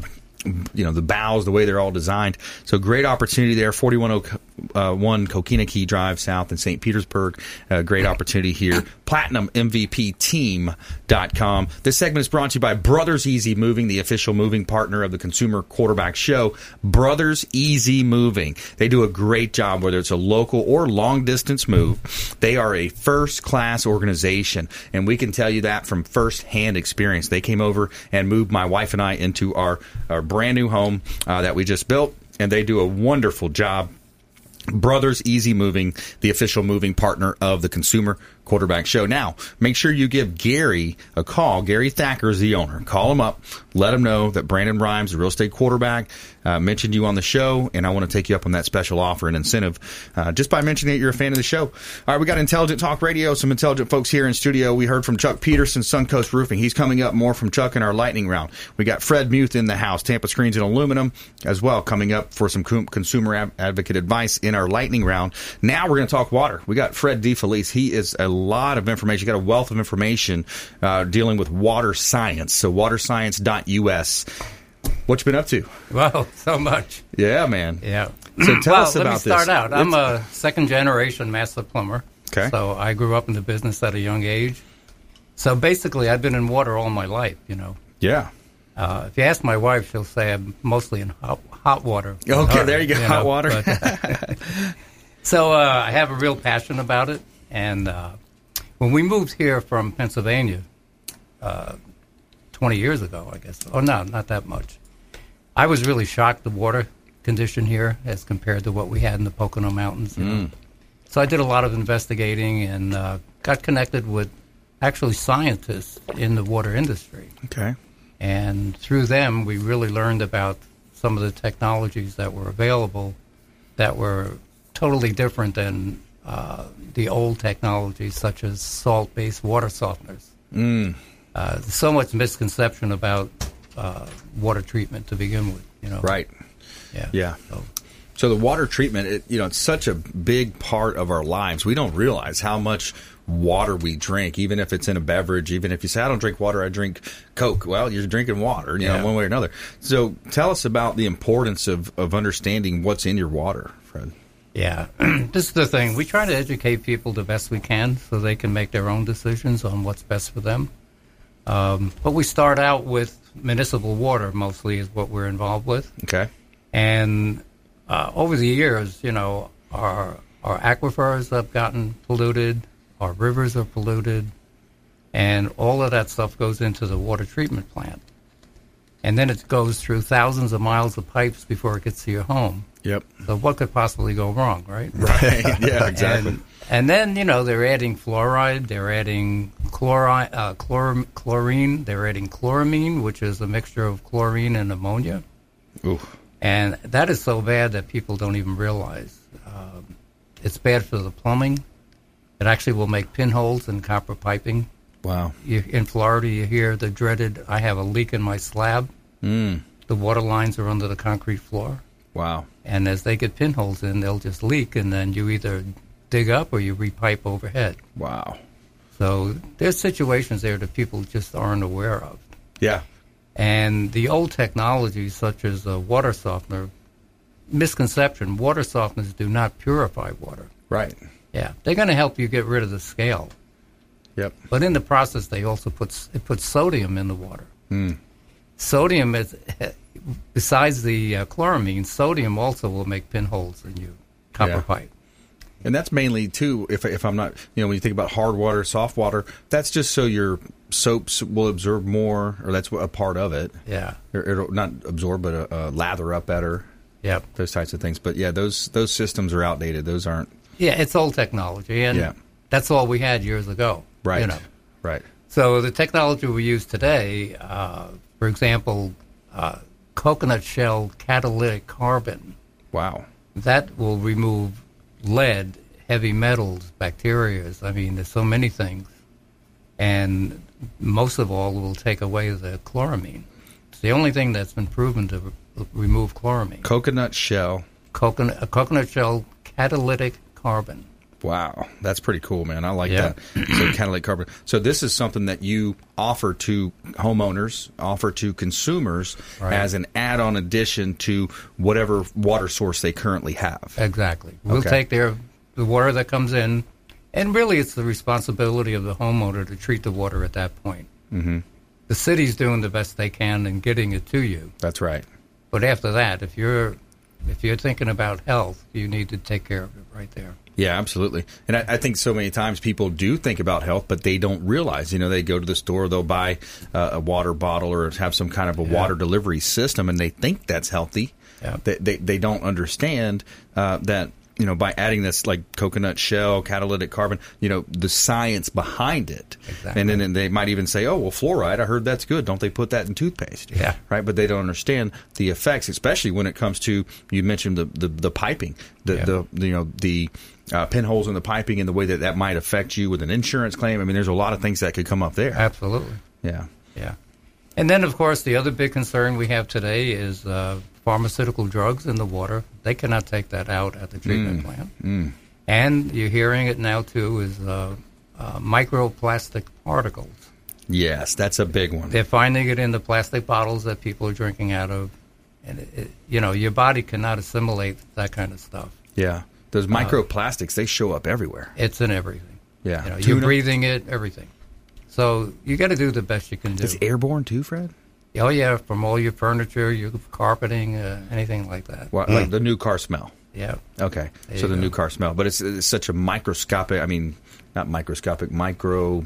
Speaker 2: you know the bows, the way they're all designed. So great opportunity there. Forty one oh one Coquina Key Drive South in St. Petersburg. Uh, great opportunity here. PlatinumMVPTeam.com. This segment is brought to you by Brothers Easy Moving, the official moving partner of the Consumer Quarterback Show. Brothers Easy Moving. They do a great job, whether it's a local or long distance move. They are a first class organization, and we can tell you that from first hand experience. They came over and moved my wife and I into our, our brand new home uh, that we just built, and they do a wonderful job. Brothers Easy Moving, the official moving partner of the Consumer Quarterback Show. Now, make sure you give Gary a call. Gary Thacker is the owner. Call him up. Let him know that Brandon Rhymes, the real estate quarterback, uh, mentioned you on the show, and I want to take you up on that special offer and incentive uh, just by mentioning that you're a fan of the show. All right, we got Intelligent Talk Radio, some intelligent folks here in studio. We heard from Chuck Peterson, Suncoast Roofing. He's coming up more from Chuck in our lightning round. We got Fred Muth in the house, Tampa Screens and Aluminum as well, coming up for some com- consumer ad- advocate advice in our lightning round. Now we're going to talk water. We got Fred DeFelice. He is a lot of information. You got a wealth of information uh, dealing with water science. So waterscience.us. What you been up to?
Speaker 7: Wow, so much.
Speaker 2: Yeah, man.
Speaker 7: Yeah.
Speaker 2: So tell
Speaker 7: well,
Speaker 2: us about
Speaker 7: let me start
Speaker 2: this.
Speaker 7: out. I'm
Speaker 2: It's-
Speaker 7: a second generation master plumber.
Speaker 2: Okay.
Speaker 7: So I grew up in the business at a young age. So basically, I've been in water all my life. You know.
Speaker 2: Yeah.
Speaker 7: Uh, if you ask my wife, she'll say I'm mostly in hot, hot water. with
Speaker 2: Okay,
Speaker 7: her,
Speaker 2: there you go, hot water.
Speaker 7: but- so uh, I have a real passion about it, and uh, when we moved here from Pennsylvania, uh, 20 years ago, I guess. Oh no, not that much. I was really shocked the water condition here as compared to what we had in the Pocono Mountains. you know.
Speaker 9: Mm.
Speaker 7: So I did a lot of investigating and uh, got connected with actually scientists in the water industry.
Speaker 2: Okay.
Speaker 7: And through them, we really learned about some of the technologies that were available that were totally different than uh, the old technologies, such as salt based water softeners.
Speaker 2: Mm.
Speaker 7: Uh, there's so much misconception about uh, water treatment to begin with, you know.
Speaker 2: Right.
Speaker 7: Yeah.
Speaker 2: Yeah. So the water treatment, it, you know, it's such a big part of our lives. We don't realize how much water we drink, even if it's in a beverage. Even if you say, "I don't drink water, I drink Coke," well, you're drinking water, you
Speaker 7: Yeah.
Speaker 2: know, one way or another. So tell us about the importance of of understanding what's in your water, Fred.
Speaker 7: Yeah. this is the thing. We try to educate people the best we can so they can make their own decisions on what's best for them. Um, but we start out with municipal water mostly is what we're involved with.
Speaker 2: Okay.
Speaker 7: And uh, over the years, you know, our our aquifers have gotten polluted, our rivers are polluted, and all of that stuff goes into the water treatment plant. And then it goes through thousands of miles of pipes before it gets to your home.
Speaker 2: Yep.
Speaker 7: So what could possibly go wrong, right?
Speaker 2: Right. Yeah, exactly.
Speaker 7: And, and then you know they're adding fluoride, they're adding chlorine, uh, chlor- chlorine, they're adding chloramine, which is a mixture of chlorine and ammonia.
Speaker 2: Ooh.
Speaker 7: And that is so bad that people don't even realize. Um, it's bad for the plumbing. It actually will make pinholes in copper piping.
Speaker 2: Wow.
Speaker 7: You, in Florida, you hear the dreaded "I have a leak in my slab."
Speaker 2: Mm.
Speaker 7: the water lines are under the concrete floor.
Speaker 2: Wow.
Speaker 7: And as they get pinholes in, they'll just leak, and then you either dig up or you repipe overhead.
Speaker 2: Wow.
Speaker 7: So there's situations there that people just aren't aware of.
Speaker 2: Yeah.
Speaker 7: And the old technologies, such as a water softener, misconception water softeners do not purify water.
Speaker 2: Right.
Speaker 7: Yeah. They're going to help you get rid of the scale.
Speaker 2: Yep.
Speaker 7: But in the process, they also put, it puts sodium in the water.
Speaker 2: Mm.
Speaker 7: Sodium is, besides the uh, chloramine, sodium also will make pinholes in you. Copper
Speaker 2: Yeah.
Speaker 7: pipe.
Speaker 2: And that's mainly too. If if I'm not, you know, when you think about hard water, soft water, that's just so your soaps will absorb more, or that's a part of it.
Speaker 7: Yeah.
Speaker 2: Or it'll not absorb, but uh, uh, lather up better.
Speaker 7: Yep.
Speaker 2: Those types of things. But yeah, those those systems are outdated. Those aren't
Speaker 7: Yeah, it's old technology, and
Speaker 2: Yeah.
Speaker 7: that's all we had years ago.
Speaker 2: right.
Speaker 7: You know.
Speaker 2: Right.
Speaker 7: So the technology we use today, uh, for example, uh, coconut shell catalytic carbon.
Speaker 2: Wow.
Speaker 7: That will remove lead, heavy metals, bacteria. I mean, there's so many things, and most of all, will take away the chloramine. It's the only thing that's been proven to re- remove chloramine.
Speaker 2: Coconut shell.
Speaker 7: Coconut, a coconut shell catalytic carbon.
Speaker 2: Wow, that's pretty cool, man. I like
Speaker 7: Yeah.
Speaker 2: that. So catalytic carbon. So this is something that you offer to homeowners, offer to consumers
Speaker 7: Right.
Speaker 2: as an add-on addition to whatever water source they currently have.
Speaker 7: Exactly. We'll
Speaker 2: Okay.
Speaker 7: take their the water that comes in, and really, it's the responsibility of the homeowner to treat the water at that point.
Speaker 2: Mm-hmm.
Speaker 7: The city's doing the best they can in getting it to you,
Speaker 2: That's right.
Speaker 7: but after that, if you're if you're thinking about health, you need to take care of it right there.
Speaker 2: Yeah, absolutely. And I, I think so many times people do think about health, but they don't realize. You know, they go to the store, they'll buy uh, a water bottle or have some kind of a water delivery system, and they think that's healthy. They, they they don't understand uh, that you know by adding this like coconut shell, catalytic carbon, you know the science behind it. And then and they might even say, oh well, fluoride. I heard that's good. Don't they put that in toothpaste?
Speaker 7: Yeah.
Speaker 2: right? But they don't understand the effects, especially when it comes to you mentioned the the, the piping, the, the you know the uh, pinholes in the piping, and the way that that might affect you with an insurance claim. I mean, there's a lot of things that could come up there.
Speaker 7: Absolutely.
Speaker 2: Yeah.
Speaker 7: Yeah. And then, of course, the other big concern we have today is uh, pharmaceutical drugs in the water. They cannot take that out at the treatment
Speaker 2: Mm.
Speaker 7: plant.
Speaker 2: Mm.
Speaker 7: And you're hearing it now too is uh, uh, microplastic particles.
Speaker 2: Yes, that's a big one.
Speaker 7: They're finding it in the plastic bottles that people are drinking out of, and it, it, you know your body cannot assimilate that kind of stuff.
Speaker 2: Yeah. Those
Speaker 7: Uh,
Speaker 2: microplastics, they show up everywhere.
Speaker 7: It's in everything.
Speaker 2: Yeah.
Speaker 7: you know,
Speaker 2: Tuna-
Speaker 7: you're breathing it, everything. So you got to do the best you can do.
Speaker 2: It's airborne too, Fred.
Speaker 7: Oh yeah, from all your furniture, your carpeting, uh, anything like that.
Speaker 2: Well, uh, Like the new car smell.
Speaker 7: Yeah.
Speaker 2: Okay.
Speaker 7: Hmm. There
Speaker 2: so
Speaker 7: you
Speaker 2: the
Speaker 7: go.
Speaker 2: new car smell, but it's, it's such a microscopic. I mean, not microscopic, micro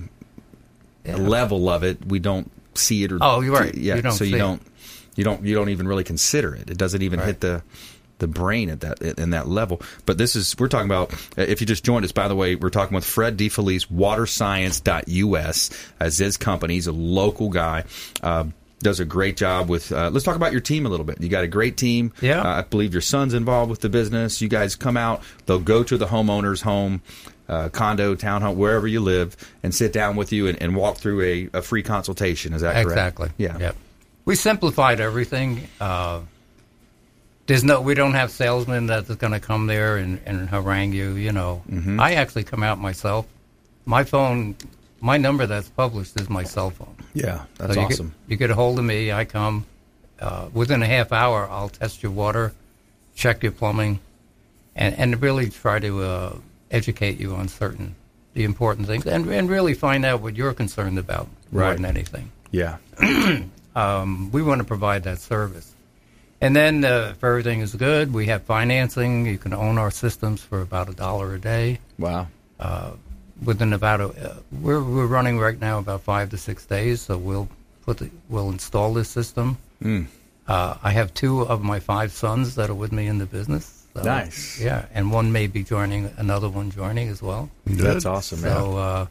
Speaker 2: level of it. We don't see it. Or,
Speaker 7: Oh, you're right.
Speaker 2: Yeah.
Speaker 7: You don't
Speaker 2: so you
Speaker 7: see it.
Speaker 2: don't. You don't. You don't even really consider it. It doesn't even hit the the brain at that in that level. But this is we're talking about. If you just joined us, by the way, we're talking with Fred DeFelice, WaterScience.us, as his company. He's a local guy. Uh, does a great job with. Uh, let's talk about your team a little bit. You got a great team.
Speaker 7: Yeah.
Speaker 2: Uh, I believe your son's involved with the business. You guys come out, they'll go to the homeowner's home, uh, condo, townhome, wherever you live, and sit down with you and, and walk through a, a free consultation. Is that correct?
Speaker 7: Exactly.
Speaker 2: Yeah.
Speaker 7: Yep. We simplified everything. Uh, there's no, we don't have salesmen that's going to come there and, and harangue you. You know,
Speaker 2: Mhm.
Speaker 7: I actually come out myself. My phone, my number that's published is my cell phone.
Speaker 2: Yeah, that's
Speaker 7: you
Speaker 2: awesome.
Speaker 7: Get, you get a hold of me. I come uh, within a half hour. I'll test your water, check your plumbing, and and really try to uh, educate you on certain the important things, and and really find out what you're concerned about more
Speaker 2: Right.
Speaker 7: than anything
Speaker 2: Yeah.
Speaker 7: um, we want to provide that service. And then uh, if everything is good, we have financing. You can own our systems for about a dollar a day.
Speaker 2: Wow.
Speaker 7: Uh, within about a, uh, we're we're running right now about five to six days, so we'll put the, we'll install this system.
Speaker 2: Mm.
Speaker 7: Uh, I have two of my five sons that are with me in the business. So,
Speaker 2: Nice.
Speaker 7: Yeah, and one may be joining, another one joining as well.
Speaker 2: That's awesome, man.
Speaker 7: So uh,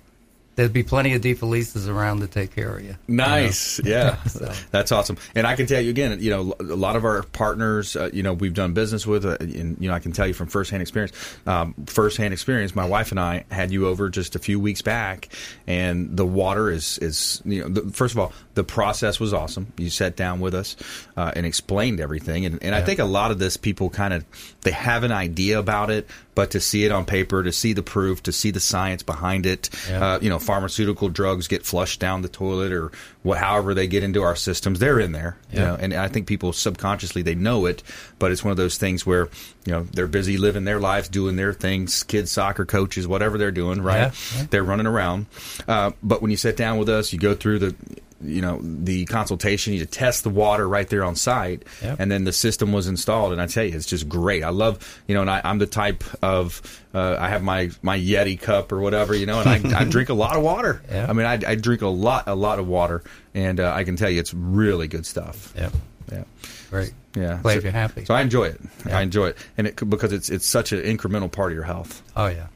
Speaker 7: there'd be plenty of defelices around to take care of you.
Speaker 2: Mm. Nice,
Speaker 7: You know?
Speaker 2: yeah,
Speaker 7: So-
Speaker 2: that's awesome. And I can tell you again, you know, a lot of our partners, uh, you know, we've done business with, uh, and you know, I can tell you from firsthand experience. Um, firsthand experience, my wife and I had you over just a few weeks back, and the water is is you know, the, first of all, the process was awesome. You sat down with us uh, and explained everything, and, and I
Speaker 9: Yeah.
Speaker 2: think a lot of this people kind of they have an idea about it, but to see it on paper, to see the proof, to see the science behind it,
Speaker 9: Yeah.
Speaker 2: uh, you know pharmaceutical drugs get flushed down the toilet or what however they get into our systems they're in there you
Speaker 9: Yeah.
Speaker 2: know and i think people subconsciously they know it but it's one of those things where you know they're busy living their lives doing their things kids soccer coaches whatever they're doing right
Speaker 9: Yeah, yeah.
Speaker 2: they're running around uh, but when you sit down with us you go through the you know the consultation you test the water right there on site
Speaker 9: Yep.
Speaker 2: and then the system was installed and i tell you it's just great i love you know and I, i'm the type of uh, i have my my yeti cup or whatever you know and i, I drink a lot of water i mean I, I drink a lot a lot of water and uh, i can tell you it's really good stuff
Speaker 7: yeah
Speaker 2: yeah
Speaker 7: Great.
Speaker 2: yeah
Speaker 7: Glad
Speaker 2: so,
Speaker 7: you're happy.
Speaker 2: so i enjoy it i enjoy it and it c- because it's it's such an incremental part of your health
Speaker 7: Oh yeah.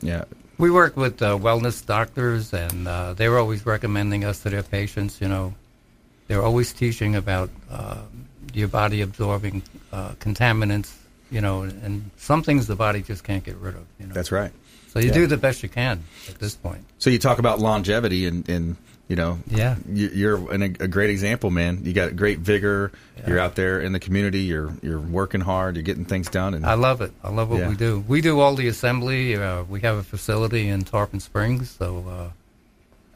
Speaker 2: yeah
Speaker 7: We work with uh, wellness doctors, and uh, they're always recommending us to their patients. You know, they're always teaching about uh, your body absorbing uh, contaminants. You know, and some things the body just can't get rid of. You know,
Speaker 2: that's right
Speaker 7: so you
Speaker 2: Yeah.
Speaker 7: do the best you can at this point.
Speaker 2: So you talk about longevity and, and you know,
Speaker 7: Yeah.
Speaker 2: you- you're an, a great example, man. You got great vigor. You're out there in the community. You're you're working hard. You're getting things done. And
Speaker 7: I love it. I love what
Speaker 2: Yeah.
Speaker 7: we do. We do all the assembly. Uh, we have a facility in Tarpon Springs, so uh,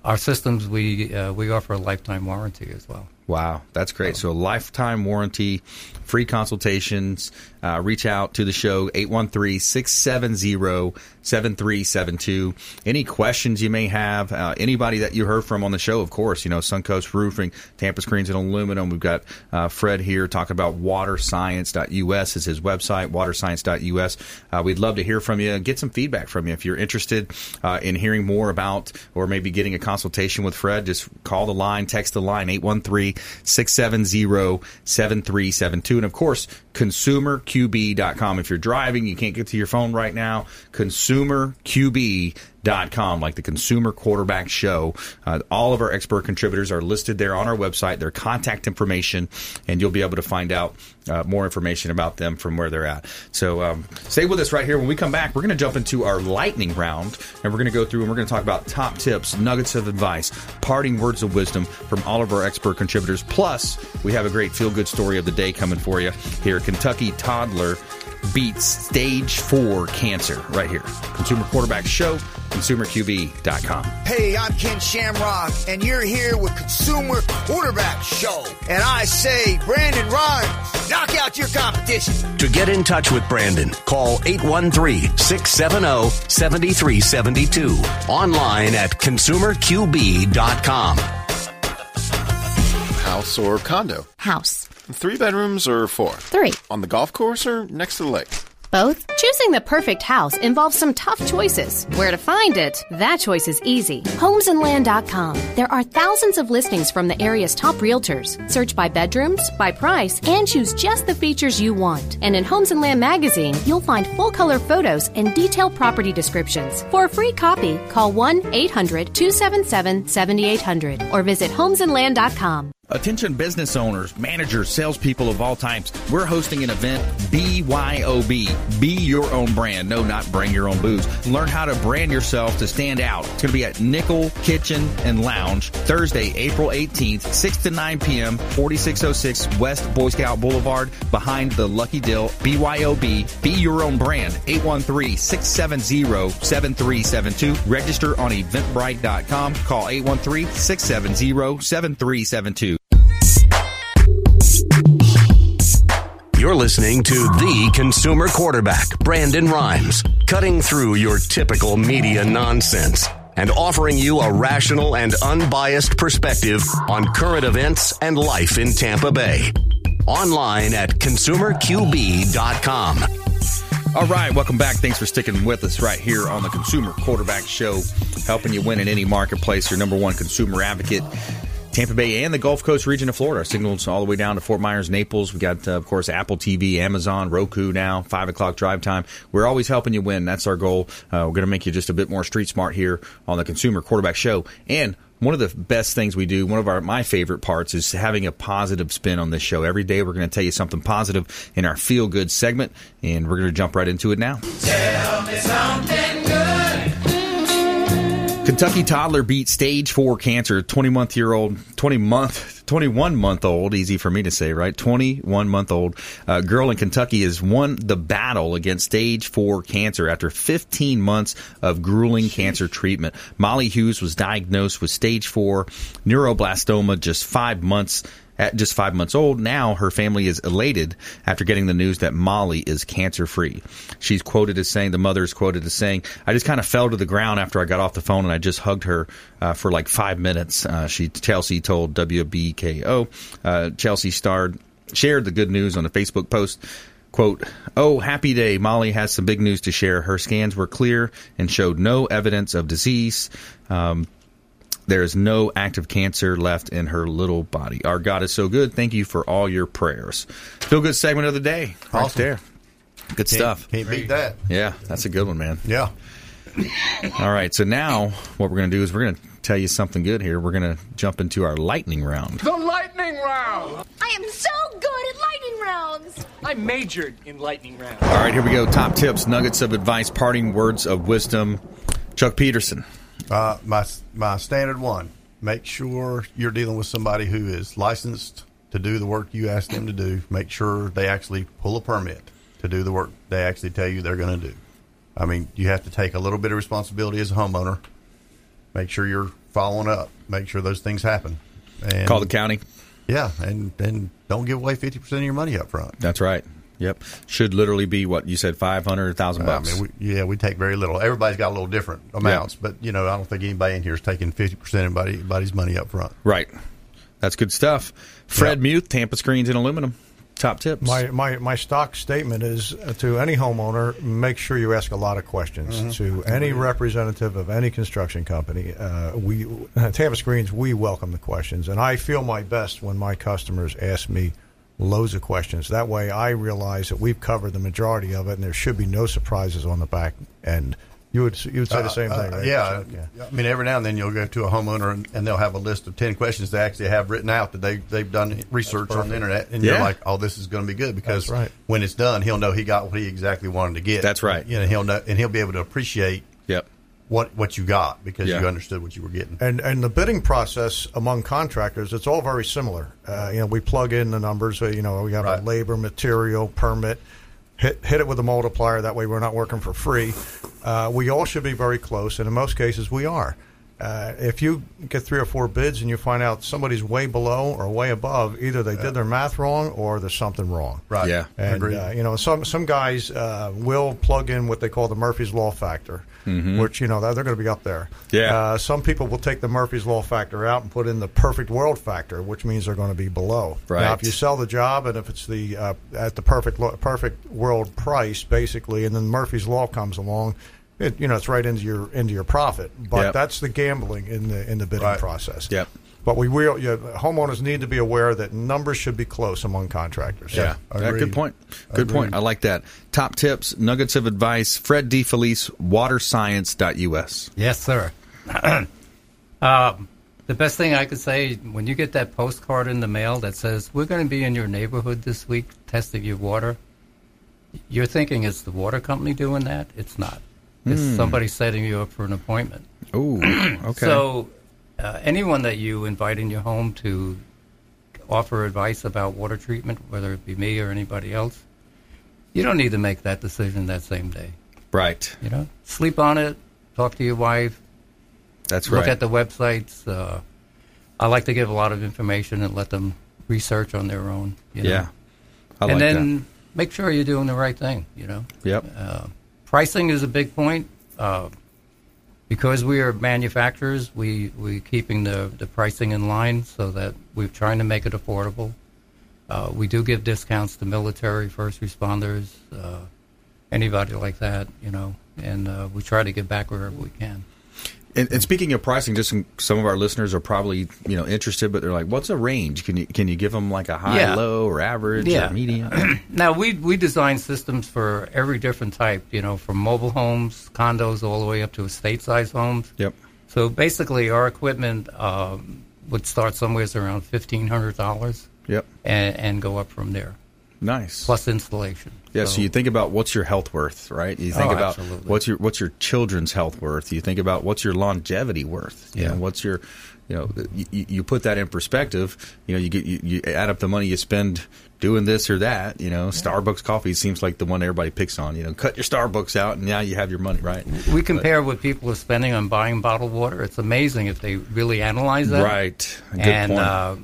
Speaker 7: our systems we uh, we offer a lifetime warranty as well.
Speaker 2: Wow, that's great. So, a lifetime warranty, free consultations. Uh, reach out to the show, 813 670 7372. Any questions you may have, uh, anybody that you heard from on the show, of course, you know, Suncoast Roofing, Tampa Screens and Aluminum. We've got uh, Fred here talking about waterscience.us is his website, waterscience.us. Uh, we'd love to hear from you and get some feedback from you. If you're interested uh, in hearing more about or maybe getting a consultation with Fred, just call the line, text the line, 813-670-7372. And of course, consumerqb.com. If you're driving, you can't get to your phone right now, consumerqb.com, like the Consumer Quarterback Show. Uh, all of our expert contributors are listed there on our website, their contact information, and you'll be able to find out uh, more information about them from where they're at. So um, stay with us right here. When we come back, we're going to jump into our lightning round, and we're going to go through and we're going to talk about top tips, nuggets of advice, parting words of wisdom from all of our expert contributors. Plus, we have a great feel good story of the day coming for you here. Kentucky toddler beats stage four cancer right here. Consumer Quarterback Show, consumerqb.com.
Speaker 10: Hey, I'm Ken Shamrock, and you're here with Consumer Quarterback Show. And I say, Brandon Rhymes, knock out your competition.
Speaker 1: To get in touch with Brandon, call 813 670 7372. Online at consumerqb.com.
Speaker 11: House or condo?
Speaker 12: House.
Speaker 11: Three bedrooms or four?
Speaker 12: Three.
Speaker 11: On the golf course or next to the lake?
Speaker 12: Both? Choosing the perfect house involves some tough choices. Where to find it? That choice is easy. Homesandland.com. There are thousands of listings from the area's top realtors. Search by bedrooms, by price, and choose just the features you want. And in Homes and Land magazine, you'll find full color photos and detailed property descriptions. For a free copy, call 1 800 277 7800 or visit homesandland.com.
Speaker 2: Attention business owners, managers, salespeople of all types. We're hosting an event, BYOB. Be your own brand. No, not bring your own booze. Learn how to brand yourself to stand out. It's going to be at Nickel Kitchen and Lounge, Thursday, April 18th, 6 to 9 p.m., 4606 West Boy Scout Boulevard, behind the Lucky Dill. BYOB. Be your own brand. 813 670 7372. Register on eventbrite.com. Call 813 670 7372.
Speaker 1: You're listening to the consumer quarterback, Brandon Rhymes, cutting through your typical media nonsense and offering you a rational and unbiased perspective on current events and life in Tampa Bay. Online at consumerqb.com.
Speaker 2: All right, welcome back. Thanks for sticking with us right here on the Consumer Quarterback Show, helping you win in any marketplace. Your number one consumer advocate. Tampa Bay and the Gulf Coast region of Florida. Our signals all the way down to Fort Myers, Naples. We got, uh, of course, Apple TV, Amazon, Roku now, 5 o'clock drive time. We're always helping you win. That's our goal. Uh, we're going to make you just a bit more street smart here on the Consumer Quarterback Show. And one of the best things we do, one of our my favorite parts is having a positive spin on this show. Every day we're going to tell you something positive in our feel good segment, and we're going to jump right into it now.
Speaker 9: Tell me something good.
Speaker 2: Kentucky toddler beat stage four cancer. Twenty month year old, twenty month, twenty one month old. Easy for me to say, right? Twenty one month old uh, girl in Kentucky has won the battle against stage four cancer after fifteen months of grueling cancer treatment. Molly Hughes was diagnosed with stage four neuroblastoma just five months at just five months old. Now her family is elated after getting the news that Molly is cancer free. She's quoted as saying, the mother is quoted as saying, I just kind of fell to the ground after I got off the phone and I just hugged her uh, for like five minutes. Uh, she, Chelsea told WBKO, uh, Chelsea starred, shared the good news on a Facebook post. Quote, Oh, happy day. Molly has some big news to share. Her scans were clear and showed no evidence of disease. Um, there is no active cancer left in her little body. Our God is so good. Thank you for all your prayers. Feel good segment of the day. Right
Speaker 5: Awesome.
Speaker 2: there. Good
Speaker 5: Can't-
Speaker 2: stuff.
Speaker 5: Can't beat that.
Speaker 2: Yeah, that's a good one, man.
Speaker 5: Yeah.
Speaker 2: All right. So now what we're going to do is we're going to tell you something good here. We're going to jump into our lightning round.
Speaker 13: The lightning round.
Speaker 14: I am so good at lightning rounds.
Speaker 13: I majored in lightning round.
Speaker 2: All right, here we go. Top tips, nuggets of advice, parting words of wisdom. Chuck Peterson.
Speaker 5: Uh, my my standard one: make sure you're dealing with somebody who is licensed to do the work you ask them to do. Make sure they actually pull a permit to do the work they actually tell you they're going to do. I mean, you have to take a little bit of responsibility as a homeowner. Make sure you're following up. Make sure those things happen. And
Speaker 2: Call the county.
Speaker 5: Yeah, and and don't give away fifty percent of your money up front.
Speaker 2: That's right. Yep. Should literally be what you said, 500, 1,000
Speaker 5: I
Speaker 2: bucks.
Speaker 5: mean, we, yeah, we take very little. Everybody's got a little different amounts, but you know, I don't think anybody in here is taking fifty percent of anybody- anybody's money up front.
Speaker 2: Right. That's good stuff. Fred Muth, Tampa Screens and Aluminum. Top tips.
Speaker 6: My, my my stock statement is uh, to any homeowner: make sure you ask a lot of questions
Speaker 5: Mhm.
Speaker 6: to any representative of any construction company. Uh, we at Tampa Screens we welcome the questions, and I feel my best when my customers ask me loads of questions. That way, I realize that we've covered the majority of it, and there should be no surprises on the back end. You would you would say the
Speaker 5: Uh,
Speaker 6: same
Speaker 5: uh,
Speaker 6: thing, right?
Speaker 5: yeah, I mean, every now and then you'll go to a homeowner and, and they'll have a list of ten questions they actually have written out that they they've done research on the
Speaker 6: perfect.
Speaker 5: internet, and
Speaker 6: Yeah.
Speaker 5: you're like, oh, this is going to be good because
Speaker 6: That's right.
Speaker 5: when it's done, he'll know he got what he exactly wanted to get.
Speaker 2: That's right.
Speaker 5: You know, he'll know, and he'll be able to appreciate
Speaker 2: yep.
Speaker 5: what what you got because
Speaker 6: Yeah.
Speaker 5: you understood what you were getting.
Speaker 6: And and the bidding process among contractors, it's all very similar. Uh, you know, we plug in the numbers. uh, You know, we have a labor, material, permit. Hit, hit it with a multiplier. That way, we're not working for free. Uh, we all should be very close, and in most cases, we are. Uh, if you get three or four bids and you find out somebody's way below or way above, either they did their math wrong or there's something wrong.
Speaker 5: Right.
Speaker 2: Yeah.
Speaker 6: And
Speaker 2: Agreed.
Speaker 6: uh, you know, some some guys uh, will plug in what they call the Murphy's Law factor,
Speaker 2: Mhm.
Speaker 6: which you know they're going to be up there.
Speaker 2: Yeah.
Speaker 6: Uh, some people will take the Murphy's Law factor out and put in the perfect world factor, which means they're going to be below. Now,
Speaker 2: Right.
Speaker 6: if you sell the job and if it's the uh, at the perfect lo- perfect world price, basically, and then Murphy's Law comes along. It, you know, it's right into your into your profit, but
Speaker 2: Yep.
Speaker 6: that's the gambling in the in the bidding
Speaker 2: Right.
Speaker 6: process.
Speaker 2: Yep.
Speaker 6: But we will. You homeowners need to be aware that numbers should be close among contractors.
Speaker 2: Yeah. Yeah, good point. Good point. I like that. Top tips, nuggets of advice. Fred D. Felice, waterscience.us.
Speaker 7: Yes, sir. um, the best thing I could say when you get that postcard in the mail that says, We're going to be in your neighborhood this week testing your water, you're thinking it's the water company doing that. It's not, it's
Speaker 15: Hmm.
Speaker 7: somebody setting you up for an appointment.
Speaker 2: Ooh, okay.
Speaker 7: So, uh, anyone that you invite in your home to offer advice about water treatment, whether it be me or anybody else, you don't need to make that decision that same day.
Speaker 2: Right.
Speaker 7: You know, sleep on it. Talk to your wife.
Speaker 2: That's
Speaker 7: Look
Speaker 2: right.
Speaker 7: at the websites. Uh, I like to give a lot of information and let them research on their own. You know?
Speaker 2: Yeah. I
Speaker 7: and
Speaker 2: like
Speaker 7: then make sure you're doing the right thing. You know.
Speaker 2: Yep.
Speaker 7: Uh, pricing is a big point. Uh, because we are manufacturers, we we keeping the the pricing in line so that we're trying to make it affordable. Uh, we do give discounts to military, first responders, uh, anybody like that, you know, and uh, we try to give back wherever we can.
Speaker 2: And, and speaking of pricing, just some, some of our listeners are probably you know interested, but they're like, "What's a range? Can you can you give them like a high,
Speaker 7: Yeah.
Speaker 2: low, or average,
Speaker 7: Yeah.
Speaker 2: or medium?"
Speaker 7: now we we design systems for every different type, you know, from mobile homes, condos, all the way up to estate size homes.
Speaker 2: Yep.
Speaker 7: So basically, our equipment um, would start somewhere around fifteen hundred dollars.
Speaker 2: Yep.
Speaker 7: And, and go up from there.
Speaker 2: Nice.
Speaker 7: Plus installation.
Speaker 2: Yeah, so, you think about what's your health worth, right? You think
Speaker 7: Oh,
Speaker 2: about
Speaker 7: absolutely.
Speaker 2: what's your what's your children's health worth. You think about what's your longevity worth. You
Speaker 7: Yeah.
Speaker 2: know, what's your you know you, you- you put that in perspective. You know, you get you, you add up the money you spend doing this or that. You know, Starbucks coffee seems like the one everybody picks on. You know, cut your Starbucks out, and now you have your money, right?
Speaker 7: We compare what people are spending on buying bottled water. It's amazing if they really analyze that.
Speaker 2: Right. Good
Speaker 7: and,
Speaker 2: point.
Speaker 7: Uh,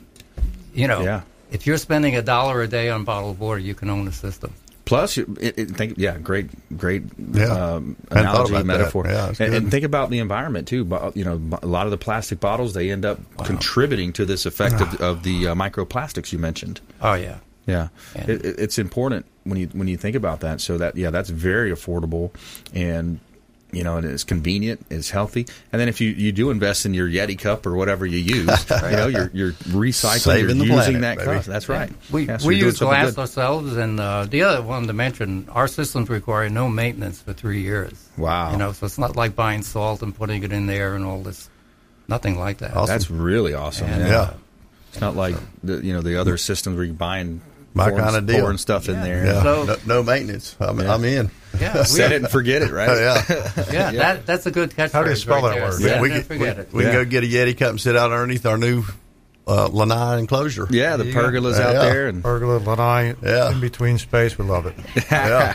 Speaker 7: you know,
Speaker 2: Yeah.
Speaker 7: if you're spending a dollar a day on bottled water, you can own the system.
Speaker 2: Plus, you- it, it, think yeah, great, great
Speaker 7: Yeah.
Speaker 2: um,
Speaker 7: Hadn't thought
Speaker 2: analogy,
Speaker 7: about that.
Speaker 2: metaphor,
Speaker 7: Yeah, that's
Speaker 2: and, and
Speaker 7: good.
Speaker 2: think about the environment too. Bo- You know, bo- a lot of the plastic bottles they end up contributing to this effect of,
Speaker 7: Ah.
Speaker 2: of the uh, microplastics you mentioned.
Speaker 7: Oh, yeah.
Speaker 2: Yeah, it, it- it's important when you when you think about that. So that yeah, that's very affordable, and you know, and it's convenient, it's healthy. And then if you, you do invest in your Yeti cup or whatever you use, you know, you're you're recycling,
Speaker 5: Saving
Speaker 2: you're
Speaker 5: the
Speaker 2: using
Speaker 5: planet,
Speaker 2: that
Speaker 5: baby.
Speaker 2: cup. That's right.
Speaker 7: We,
Speaker 2: Yeah, so
Speaker 7: we
Speaker 2: you're doing
Speaker 7: use
Speaker 2: something
Speaker 7: glass
Speaker 2: good.
Speaker 7: ourselves, and uh, the other one to mention, our systems require no maintenance for three years.
Speaker 2: Wow.
Speaker 7: You know, so it's not like buying salt and putting it in there and all this. Nothing like that.
Speaker 2: That's really awesome.
Speaker 7: And,
Speaker 2: yeah.
Speaker 7: uh,
Speaker 2: It's not like the, you know the other systems where you're buying
Speaker 5: My
Speaker 2: foreign-
Speaker 5: kind of deal.
Speaker 2: foreign stuff in there.
Speaker 5: Yeah. no, no maintenance. I'm,
Speaker 2: Yeah.
Speaker 5: I'm in.
Speaker 7: Yeah, we-
Speaker 2: Set it and forget it, right?
Speaker 5: yeah.
Speaker 7: yeah, That, that's a good catchphrase.
Speaker 5: How do you spell
Speaker 7: right
Speaker 5: that
Speaker 7: there.
Speaker 5: word?
Speaker 7: Set it
Speaker 5: we
Speaker 7: and
Speaker 5: can, we,
Speaker 7: forget it.
Speaker 5: we can go get a Yeti cup and sit out underneath our new uh, lanai enclosure.
Speaker 2: Yeah, the pergola's out there, and
Speaker 6: Pergola, lanai,
Speaker 5: Yeah.
Speaker 6: in between space. We love it.
Speaker 2: yeah,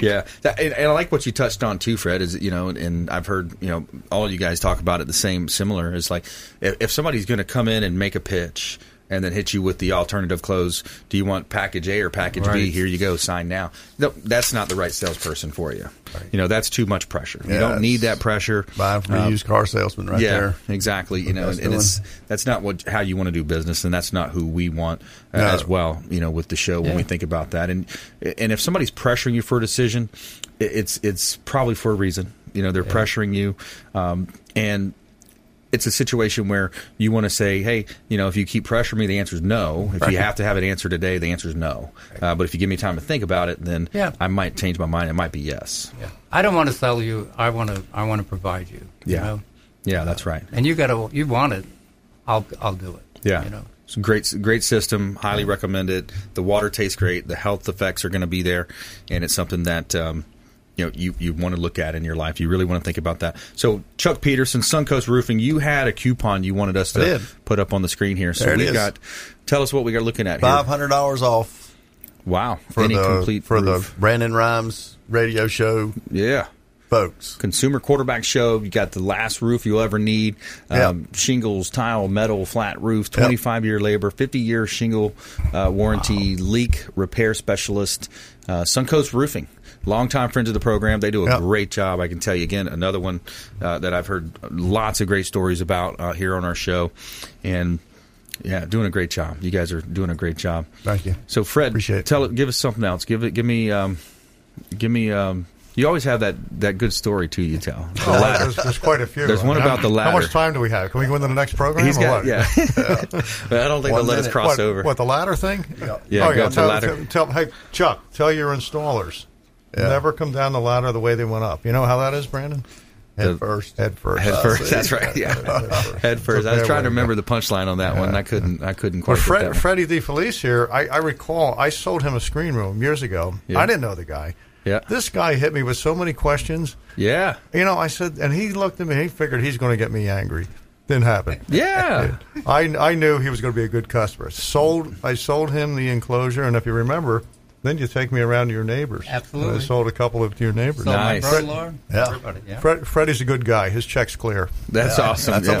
Speaker 2: yeah. That- and, and I like what you touched on too, Fred. Is you know, and, and I've heard you know all you guys talk about it the same, similar. Is like if, if somebody's going to come in and make a pitch and then hit you with the alternative close, do you want package A or package B?
Speaker 7: Right.
Speaker 2: Here you go, sign now. No, that's not the right salesperson for you. You know, that's too much pressure.
Speaker 5: Yeah,
Speaker 2: you don't need
Speaker 5: it's
Speaker 2: that pressure.
Speaker 5: Buying from a
Speaker 2: Um,
Speaker 5: used car salesman right
Speaker 2: yeah,
Speaker 5: there.
Speaker 2: exactly. You
Speaker 5: What
Speaker 2: know,
Speaker 5: that's
Speaker 2: and, and it's
Speaker 5: doing.
Speaker 2: that's not what how you want to do business, and that's not who we want uh,
Speaker 5: No.
Speaker 2: as well. You know, with the show when we
Speaker 5: Yeah.
Speaker 2: think about that, and and if somebody's pressuring you for a decision, it- it's it's probably for a reason. You know, they're pressuring you, um, and it's a situation where you want to say, hey, you know, if you keep pressuring me, the answer is no. If
Speaker 7: Right.
Speaker 2: you have to have an answer today, the answer is no. Uh, but if you give me time to think about it, then
Speaker 7: Yeah.
Speaker 2: I might change my mind. It might be yes.
Speaker 7: Yeah. I don't want to sell you. I want to. I want to provide you.
Speaker 2: Yeah.
Speaker 7: You know?
Speaker 2: Yeah, that's right.
Speaker 7: And you got to. You want it. I'll. I'll do it.
Speaker 2: Yeah.
Speaker 7: You know.
Speaker 2: It's a great, great system. Highly recommend it. The water tastes great. The health effects are going to be there, and it's something that um, you know you, you want to look at in your life. You really want to think about that. So, Chuck Peterson, Suncoast Roofing, you had a coupon you wanted us
Speaker 5: I
Speaker 2: to
Speaker 5: did.
Speaker 2: put up on the screen here. So
Speaker 5: There it
Speaker 2: we
Speaker 5: is.
Speaker 2: got. Tell us what we are looking at here.
Speaker 5: Five hundred dollars off
Speaker 2: Wow,
Speaker 5: for
Speaker 2: any
Speaker 5: the
Speaker 2: complete
Speaker 5: for
Speaker 2: roof.
Speaker 5: the Brandon Rhymes radio show.
Speaker 2: Yeah.
Speaker 5: Folks.
Speaker 2: Consumer quarterback show. You got the last roof you'll ever need. Um, Shingles, tile, metal, flat roof, 25 year labor, 50 year shingle uh, warranty, leak repair specialist, uh, Suncoast Roofing. Longtime friends of the program. They do a great job. I can tell you again, another one uh, that I've heard lots of great stories about uh, here on our show. And yeah, doing a great job. You guys are doing a great job.
Speaker 5: Thank you.
Speaker 2: So Fred, tell it. Give us something else. Give it. Give me. Um, give me. Um, you always have that, that good story too. You tell the
Speaker 6: Oh,
Speaker 2: ladder.
Speaker 6: There's, there's quite a few.
Speaker 2: There's one
Speaker 6: How-
Speaker 2: about the ladder.
Speaker 6: How much time do we have? Can we go into the next program?
Speaker 2: He's
Speaker 6: or
Speaker 2: got-
Speaker 6: what?
Speaker 2: yeah. But I don't think
Speaker 6: One
Speaker 2: they'll let us
Speaker 6: minute.
Speaker 2: cross
Speaker 6: What-
Speaker 2: over.
Speaker 6: What the ladder thing? Yeah,
Speaker 2: Yeah,
Speaker 6: oh,
Speaker 2: go
Speaker 6: yeah.
Speaker 2: up the
Speaker 6: Tell,
Speaker 2: ladder.
Speaker 6: tell- hey Chuck, tell your installers
Speaker 5: Yeah.
Speaker 6: never come down the ladder the way they went up. You know how that is, Brandon?
Speaker 5: Head
Speaker 2: The-
Speaker 5: first.
Speaker 6: Head first.
Speaker 2: Head
Speaker 6: Uh,
Speaker 2: first.
Speaker 6: see.
Speaker 2: That's right. Yeah. Head first. I was
Speaker 6: Prepare
Speaker 2: trying to
Speaker 6: way.
Speaker 2: remember the punchline on that one. and I couldn't. I couldn't
Speaker 6: Well,
Speaker 2: quite. get that
Speaker 6: Fred,
Speaker 2: one.
Speaker 6: Freddie DeFelice here. I, I recall I sold him a screen room years ago.
Speaker 2: Yeah.
Speaker 6: I didn't know the guy.
Speaker 2: Yeah.
Speaker 6: This guy hit me with so many questions.
Speaker 2: Yeah.
Speaker 6: You know, I said, and he looked at me. He figured he's going to get me angry. Didn't happen.
Speaker 2: Yeah.
Speaker 6: I I knew he was going to be a good customer. Sold. I sold him the enclosure, and if you remember, then you take me around to your neighbors.
Speaker 7: Absolutely.
Speaker 6: I sold a couple of to your neighbors.
Speaker 7: So my
Speaker 2: Nice.
Speaker 7: brother-in-law,
Speaker 6: Yeah.
Speaker 7: everybody, yeah.
Speaker 6: Fred, Freddie's a good guy. His check's clear.
Speaker 2: That's awesome. yeah.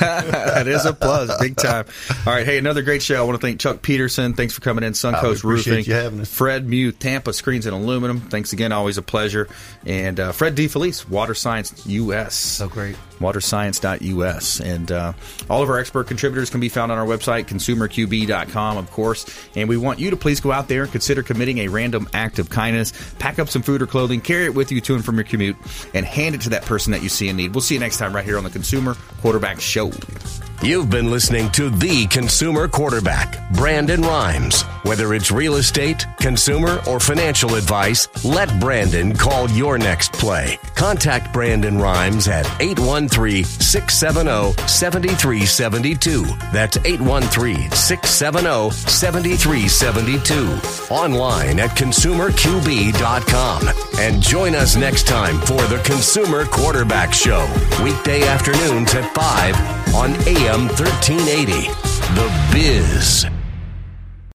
Speaker 2: that is a plus, big time. All right, hey, another great show. I want to thank Chuck Peterson. Thanks for coming in.
Speaker 5: I
Speaker 2: Suncoast
Speaker 5: appreciate
Speaker 2: Roofing.
Speaker 5: you having
Speaker 2: Fred Mew, Tampa Screens and Aluminum. Thanks again. Always a pleasure. And uh, Fred D. Felice, Water Science US. So
Speaker 7: great.
Speaker 2: waterscience.us. And uh, all of our expert contributors can be found on our website, consumerqb.com, of course. And we want you to please go out there and consider committing a random act of kindness. Pack up some food or clothing, carry it with you to and from your commute, and hand it to that person that you see in need. We'll see you next time right here on the Consumer Quarterback Show.
Speaker 1: You've been listening to the consumer quarterback, Brandon Rhymes. Whether it's real estate, consumer, or financial advice, let Brandon call your next play. Contact Brandon Rhymes at 813 670 7372. That's 813 670 7372. Online at consumerqb.com. And join us next time for the Consumer Quarterback Show, weekday afternoons at 5 on AM 1380. The Biz.